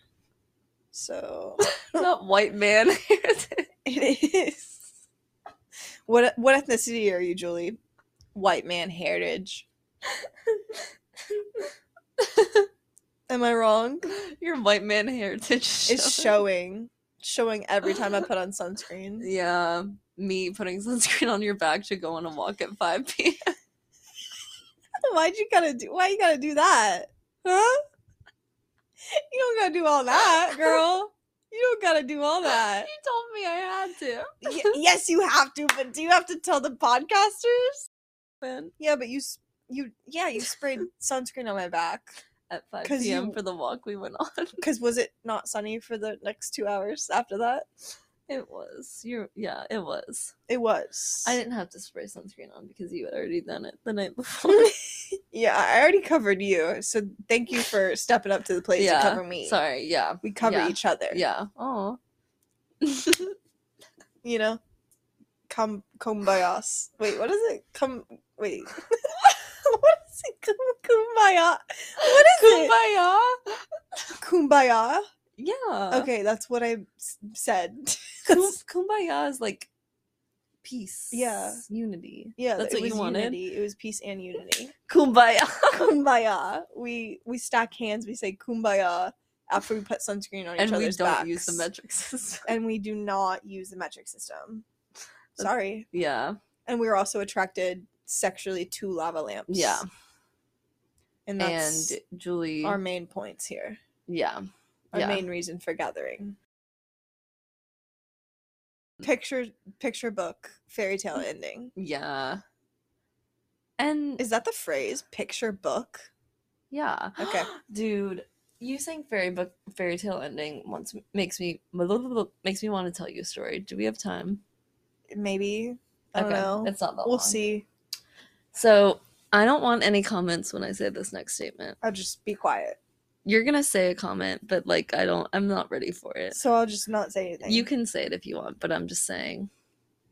[SPEAKER 1] So
[SPEAKER 2] Not white man.
[SPEAKER 1] it is. What what ethnicity are you, Julie? White man heritage. Am I wrong?
[SPEAKER 2] Your white man heritage
[SPEAKER 1] It's showing, showing every time I put on sunscreen.
[SPEAKER 2] Yeah, me putting sunscreen on your back to go on a walk at 5 p.m.
[SPEAKER 1] Why'd you gotta do? Why you gotta do that? Huh? You don't gotta do all that, girl. You don't gotta do all that.
[SPEAKER 2] You told me I had to.
[SPEAKER 1] Y- yes, you have to, but do you have to tell the podcasters?
[SPEAKER 2] Man,
[SPEAKER 1] Yeah, but you, s- you, yeah, you sprayed sunscreen on my back.
[SPEAKER 2] At 5
[SPEAKER 1] 'Cause
[SPEAKER 2] p.m.
[SPEAKER 1] you-
[SPEAKER 2] for the walk we went on.
[SPEAKER 1] Cause was it not sunny for the next two hours after that?
[SPEAKER 2] It was. You yeah, it was.
[SPEAKER 1] It was.
[SPEAKER 2] I didn't have to spray sunscreen on because you had already done it the night before.
[SPEAKER 1] Yeah, I already covered you, so thank you for stepping up to the plate
[SPEAKER 2] yeah.
[SPEAKER 1] to cover me.
[SPEAKER 2] Sorry, yeah.
[SPEAKER 1] We cover
[SPEAKER 2] Yeah.
[SPEAKER 1] each other.
[SPEAKER 2] Yeah. Oh.
[SPEAKER 1] you know, come kumbayas. Wait, what is it? Come wait. what is it? Kum, kumbaya. What is it?
[SPEAKER 2] Kumbaya.
[SPEAKER 1] Kumbaya.
[SPEAKER 2] Yeah.
[SPEAKER 1] Okay, that's what I s- said.
[SPEAKER 2] Kum-
[SPEAKER 1] That's-
[SPEAKER 2] kumbaya is like peace.
[SPEAKER 1] Yeah.
[SPEAKER 2] Unity.
[SPEAKER 1] yeah,
[SPEAKER 2] That's
[SPEAKER 1] it
[SPEAKER 2] what you
[SPEAKER 1] was
[SPEAKER 2] wanted?
[SPEAKER 1] unity. It was peace and unity.
[SPEAKER 2] Kumbaya.
[SPEAKER 1] kumbaya. We we stack hands. We say kumbaya after we put sunscreen on each
[SPEAKER 2] and we
[SPEAKER 1] other's
[SPEAKER 2] don't use the
[SPEAKER 1] backs.
[SPEAKER 2] metric system.
[SPEAKER 1] and we do not use the metric system.
[SPEAKER 2] That's-
[SPEAKER 1] Sorry.
[SPEAKER 2] Yeah.
[SPEAKER 1] And we were also attracted sexually to lava lamps.
[SPEAKER 2] Yeah.
[SPEAKER 1] And
[SPEAKER 2] And
[SPEAKER 1] that's
[SPEAKER 2] Julie.
[SPEAKER 1] our main points here.
[SPEAKER 2] yeah.
[SPEAKER 1] Our
[SPEAKER 2] yeah.
[SPEAKER 1] main reason for gathering.
[SPEAKER 2] Mm.
[SPEAKER 1] Picture picture book fairy tale ending.
[SPEAKER 2] Yeah. And
[SPEAKER 1] Is that the phrase? Picture book?
[SPEAKER 2] yeah.
[SPEAKER 1] Okay.
[SPEAKER 2] Dude, you saying fairy book fairy tale ending once m- makes me makes me want to tell you a story. Do we have time?
[SPEAKER 1] Maybe. I don't know.
[SPEAKER 2] It's not that
[SPEAKER 1] We'll
[SPEAKER 2] long.
[SPEAKER 1] see.
[SPEAKER 2] So I don't want any comments when I say this next statement.
[SPEAKER 1] I'll just be quiet.
[SPEAKER 2] You're gonna say a comment, but like I don't I'm not ready for it.
[SPEAKER 1] So I'll just not say anything.
[SPEAKER 2] You can say it if you want, but I'm just saying.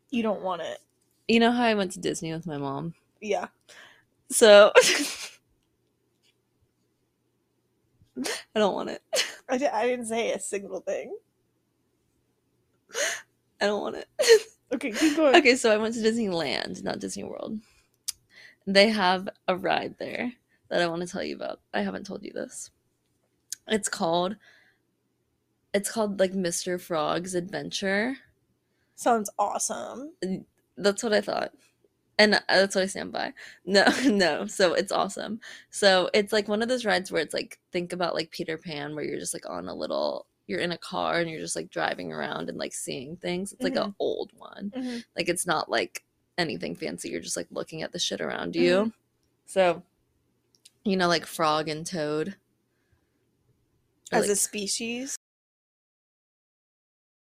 [SPEAKER 1] you don't want it.
[SPEAKER 2] You know how I went to Disney with my mom?
[SPEAKER 1] Yeah.
[SPEAKER 2] So I don't want it.
[SPEAKER 1] I di- I didn't say a single thing.
[SPEAKER 2] I don't want it.
[SPEAKER 1] Okay, keep going.
[SPEAKER 2] Okay, so I went to Disneyland, not Disney World. They have a ride there that I want to tell you about. I haven't told you this. It's called it's called like Mr. Frog's Adventure.
[SPEAKER 1] Sounds awesome.
[SPEAKER 2] That's what I thought. And uh, that's what I stand by. No, no. So it's awesome. So it's like one of those rides where it's like think about like Peter Pan where you're just like on a little you're in a car and you're just like driving around and like seeing things. It's
[SPEAKER 1] Mm-hmm.
[SPEAKER 2] like an old one. Like it's not like anything fancy. You're just like looking at the shit around you.
[SPEAKER 1] Mm-hmm.
[SPEAKER 2] So, you know, like frog and toad. Or,
[SPEAKER 1] As a
[SPEAKER 2] like-
[SPEAKER 1] species,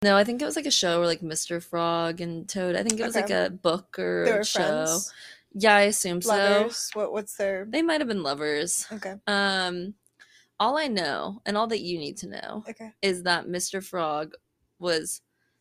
[SPEAKER 2] no, I think it was like a show where like Mr. Frog and Toad. I think it was
[SPEAKER 1] Okay.
[SPEAKER 2] like a book or
[SPEAKER 1] they
[SPEAKER 2] a
[SPEAKER 1] were
[SPEAKER 2] show.
[SPEAKER 1] friends,
[SPEAKER 2] Yeah, I assume so.
[SPEAKER 1] lovers. What what's their
[SPEAKER 2] They might have been lovers.
[SPEAKER 1] okay?
[SPEAKER 2] Um, all I know, and all that you need to know,
[SPEAKER 1] Okay,
[SPEAKER 2] is that Mr. Frog was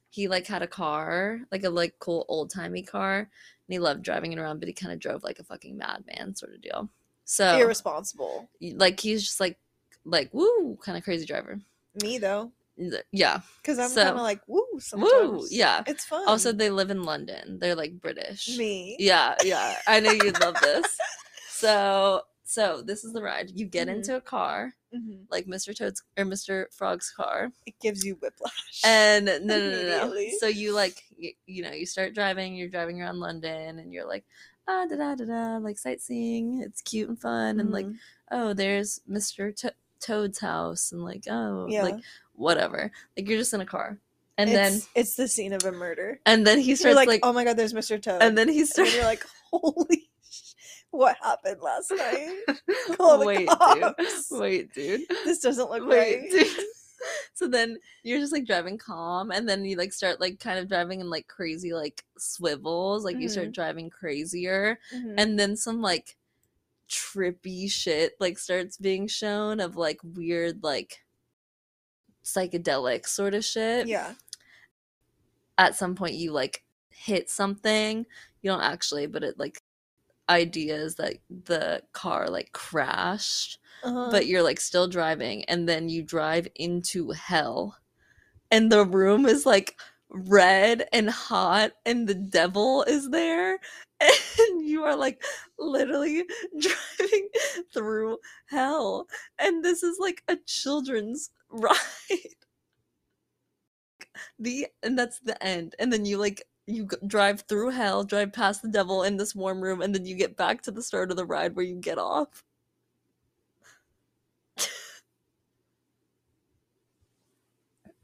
[SPEAKER 2] he like had a car, like a like cool old timey car, and he loved driving it around, but he kind of drove like a fucking madman sort of deal. So
[SPEAKER 1] irresponsible.
[SPEAKER 2] y- like he's just like like woo kind of crazy driver.
[SPEAKER 1] Me though,
[SPEAKER 2] Th- Yeah,
[SPEAKER 1] because I'm
[SPEAKER 2] So-
[SPEAKER 1] kind of like woo sometimes.
[SPEAKER 2] woo yeah.
[SPEAKER 1] it's fun.
[SPEAKER 2] Also, they live in London. They're like British.
[SPEAKER 1] me.
[SPEAKER 2] Yeah, yeah. I know you'd love this. So so this is the ride. You get
[SPEAKER 1] Mhm.
[SPEAKER 2] into a car
[SPEAKER 1] Mhm.
[SPEAKER 2] like Mr. Toad's or Mr. Frog's car.
[SPEAKER 1] It gives you whiplash.
[SPEAKER 2] and no, no, no, no.
[SPEAKER 1] Immediately.
[SPEAKER 2] So you like, you, you know, you start driving. You're driving around London, and you're like, ah, da da da da, like sightseeing. It's cute and fun, and like,
[SPEAKER 1] Mhm.
[SPEAKER 2] oh, there's Mister to- Toad's house, and like, oh,
[SPEAKER 1] yeah,
[SPEAKER 2] like whatever. Like you're just in a car, and
[SPEAKER 1] it's,
[SPEAKER 2] then
[SPEAKER 1] it's the scene of a murder.
[SPEAKER 2] and then he
[SPEAKER 1] You're
[SPEAKER 2] starts
[SPEAKER 1] like,
[SPEAKER 2] like,
[SPEAKER 1] oh my god, there's Mr. Toad.
[SPEAKER 2] and then he starts
[SPEAKER 1] you're like, holy, sh- what happened last night? Call the
[SPEAKER 2] wait,
[SPEAKER 1] cops.
[SPEAKER 2] dude, wait, dude,
[SPEAKER 1] This doesn't look
[SPEAKER 2] wait,
[SPEAKER 1] right.
[SPEAKER 2] dude. So then you're just like driving calm, and then you like start like kind of driving in like crazy like swivels, like you
[SPEAKER 1] Mm-hmm.
[SPEAKER 2] start driving crazier,
[SPEAKER 1] Mhm.
[SPEAKER 2] and then some like trippy shit like starts being shown of like weird like psychedelic sort of shit
[SPEAKER 1] yeah,
[SPEAKER 2] at some point you like hit something you don't actually but it like ideas that the car like crashed
[SPEAKER 1] uh-huh.
[SPEAKER 2] but you're like still driving and then you drive into hell and the room is like red and hot and the devil is there and you are like literally driving through hell and this is like a children's ride the and that's the end and then you like you g- drive through hell drive past the devil in this warm room and then you get back to the start of the ride where you get off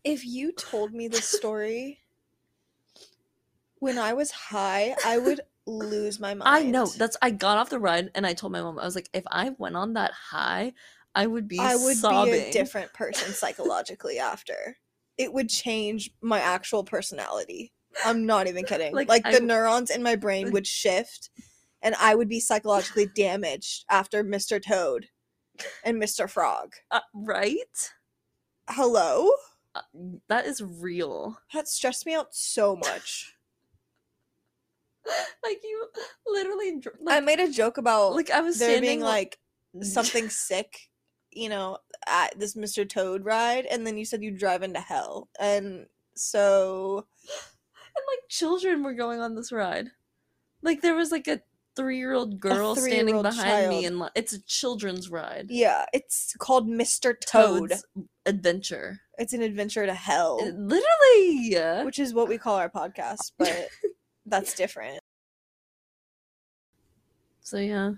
[SPEAKER 1] if you told me this story when I was high, I would lose my mind.
[SPEAKER 2] I know. That's I got off the ride and I told my mom, I was like, if I went on that high, I would be
[SPEAKER 1] I would
[SPEAKER 2] sobbing.
[SPEAKER 1] be a different person psychologically after. It would change my actual personality. I'm not even kidding.
[SPEAKER 2] Like,
[SPEAKER 1] Like,
[SPEAKER 2] I
[SPEAKER 1] the
[SPEAKER 2] w-
[SPEAKER 1] neurons in my brain would shift and I would be psychologically damaged after Mr. Toad and Mr. Frog.
[SPEAKER 2] Uh, right?
[SPEAKER 1] Hello?
[SPEAKER 2] Uh, that is real.
[SPEAKER 1] That stressed me out so much.
[SPEAKER 2] Like you literally dr-
[SPEAKER 1] I
[SPEAKER 2] like,
[SPEAKER 1] made a joke about
[SPEAKER 2] like I was
[SPEAKER 1] there
[SPEAKER 2] standing
[SPEAKER 1] being like
[SPEAKER 2] like
[SPEAKER 1] something sick, you know, at this Mr. Toad ride and then you said you drive into hell. And so
[SPEAKER 2] and like children were going on this ride. Like there was like a 3-year-old girl standing
[SPEAKER 1] three-year-old
[SPEAKER 2] behind me
[SPEAKER 1] child.
[SPEAKER 2] and like, it's a children's ride.
[SPEAKER 1] yeah, it's called Mr. Toad. Oh.
[SPEAKER 2] Toad's adventure.
[SPEAKER 1] It's an adventure to hell,
[SPEAKER 2] It- literally.
[SPEAKER 1] which is what we call our podcast, but that's different.
[SPEAKER 2] So yeah.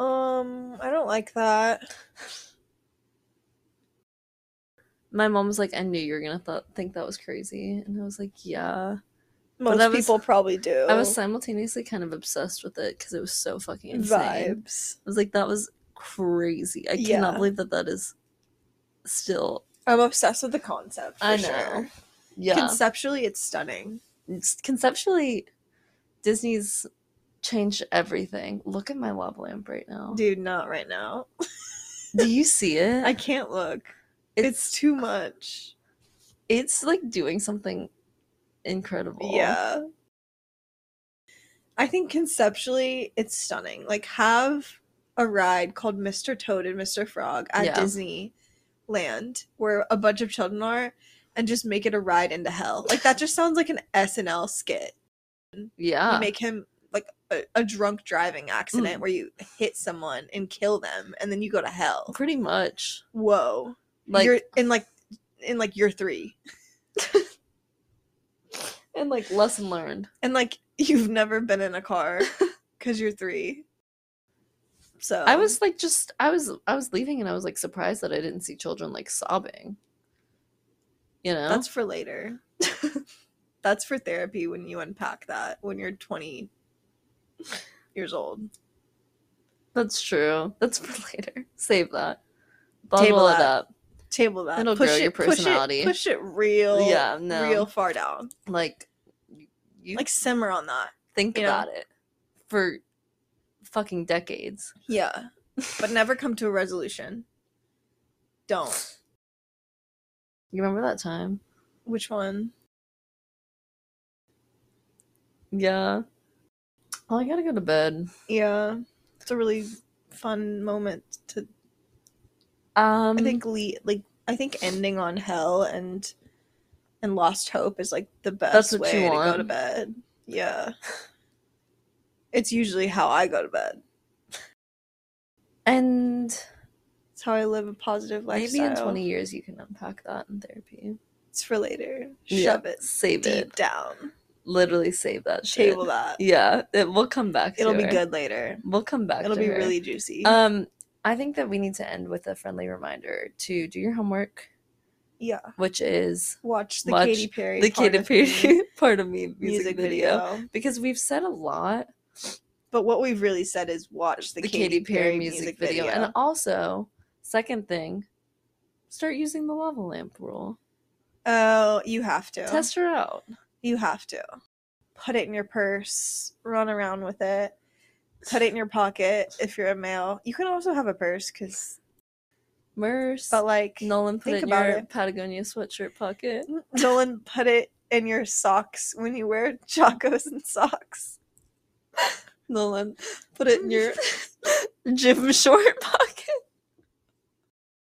[SPEAKER 1] Um, I don't like that.
[SPEAKER 2] my mom was like, I knew you were gonna th- think that was crazy, and I was like, yeah.
[SPEAKER 1] Most
[SPEAKER 2] I was-
[SPEAKER 1] people probably do.
[SPEAKER 2] I was simultaneously kind of obsessed with it because it was so fucking insane.
[SPEAKER 1] vibes.
[SPEAKER 2] I was like, that was crazy. I
[SPEAKER 1] Yeah.
[SPEAKER 2] cannot believe that that is still.
[SPEAKER 1] I'm obsessed with the concept. For
[SPEAKER 2] I know.
[SPEAKER 1] Sure.
[SPEAKER 2] Yeah,
[SPEAKER 1] Conceptually, it's stunning.
[SPEAKER 2] It's- conceptually, Disney's changed everything. Look at my lava lamp right now.
[SPEAKER 1] Dude, not right now.
[SPEAKER 2] Do you see it?
[SPEAKER 1] I can't look. It's too much.
[SPEAKER 2] it's like doing something incredible.
[SPEAKER 1] Yeah. I think conceptually it's stunning. Like have a ride called Mr. Toad and Mr. Frog at
[SPEAKER 2] Yeah.
[SPEAKER 1] Disneyland where a bunch of children are and just make it a ride into hell. Like that just sounds like an SNL skit. You
[SPEAKER 2] yeah.
[SPEAKER 1] make him like a, a drunk driving accident
[SPEAKER 2] Mm.
[SPEAKER 1] where you hit someone and kill them and then you go to hell.
[SPEAKER 2] Pretty much.
[SPEAKER 1] Whoa.
[SPEAKER 2] Like
[SPEAKER 1] you're in like in like year 3.
[SPEAKER 2] and like lesson learned.
[SPEAKER 1] and like you've never been in a car because you're three. So
[SPEAKER 2] I was like just I was I was leaving and I was like surprised that I didn't see children like sobbing. You know?
[SPEAKER 1] that's for later. that's for therapy when you unpack that when you're 20 years old.
[SPEAKER 2] that's true. That's for later. Save that. Bottle
[SPEAKER 1] Table
[SPEAKER 2] it
[SPEAKER 1] that.
[SPEAKER 2] up.
[SPEAKER 1] Table that.
[SPEAKER 2] It'll grow your personality.
[SPEAKER 1] Push it, push it real,
[SPEAKER 2] Yeah, no.
[SPEAKER 1] real far down.
[SPEAKER 2] Like you, you
[SPEAKER 1] Like simmer on that.
[SPEAKER 2] think
[SPEAKER 1] you know.
[SPEAKER 2] about it for fucking decades.
[SPEAKER 1] Yeah, but never come to a resolution. Don't.
[SPEAKER 2] You remember that time?
[SPEAKER 1] Which one?
[SPEAKER 2] Yeah. Oh, I gotta go to bed.
[SPEAKER 1] Yeah, it's a really fun moment to
[SPEAKER 2] Um
[SPEAKER 1] I think le- like I think ending on hell and and lost hope is like the best
[SPEAKER 2] what
[SPEAKER 1] way
[SPEAKER 2] you
[SPEAKER 1] to go to
[SPEAKER 2] want.
[SPEAKER 1] bed. Yeah. It's usually how I go to bed.
[SPEAKER 2] and
[SPEAKER 1] It's how I live a positive
[SPEAKER 2] maybe
[SPEAKER 1] lifestyle.
[SPEAKER 2] in twenty years you can unpack that in therapy.
[SPEAKER 1] It's for later.
[SPEAKER 2] Yeah,
[SPEAKER 1] Shove it
[SPEAKER 2] Save
[SPEAKER 1] deep
[SPEAKER 2] it.
[SPEAKER 1] down.
[SPEAKER 2] Literally save that shit.
[SPEAKER 1] Table that.
[SPEAKER 2] Yeah, it, we'll come back. to
[SPEAKER 1] It'll be
[SPEAKER 2] her.
[SPEAKER 1] good later.
[SPEAKER 2] We'll come back.
[SPEAKER 1] It'll
[SPEAKER 2] to
[SPEAKER 1] be
[SPEAKER 2] her.
[SPEAKER 1] really juicy.
[SPEAKER 2] Uh, Um, I think that we need to end with a friendly reminder to do your homework,
[SPEAKER 1] Yeah.
[SPEAKER 2] which is
[SPEAKER 1] Watch the
[SPEAKER 2] Watch
[SPEAKER 1] Katy Perry.
[SPEAKER 2] the
[SPEAKER 1] part
[SPEAKER 2] Katy
[SPEAKER 1] of me
[SPEAKER 2] Perry part of me music, video. because we've said a lot
[SPEAKER 1] But what we've really said is watch the,
[SPEAKER 2] the, Katy, Perry, music, video. and also second thing, start using the lava lamp rule.
[SPEAKER 1] oh, you have to.
[SPEAKER 2] Test her out.
[SPEAKER 1] You have to. Put it in your purse. Run around with it. Put it in your pocket if you're a male. You can also have a purse because,
[SPEAKER 2] Merce,
[SPEAKER 1] but like
[SPEAKER 2] Nolan put
[SPEAKER 1] think
[SPEAKER 2] it in
[SPEAKER 1] about
[SPEAKER 2] your
[SPEAKER 1] it.
[SPEAKER 2] Patagonia sweatshirt pocket.
[SPEAKER 1] Nolan put it in your socks when you wear chacos and socks.
[SPEAKER 2] Nolan, put it in your gym short pocket.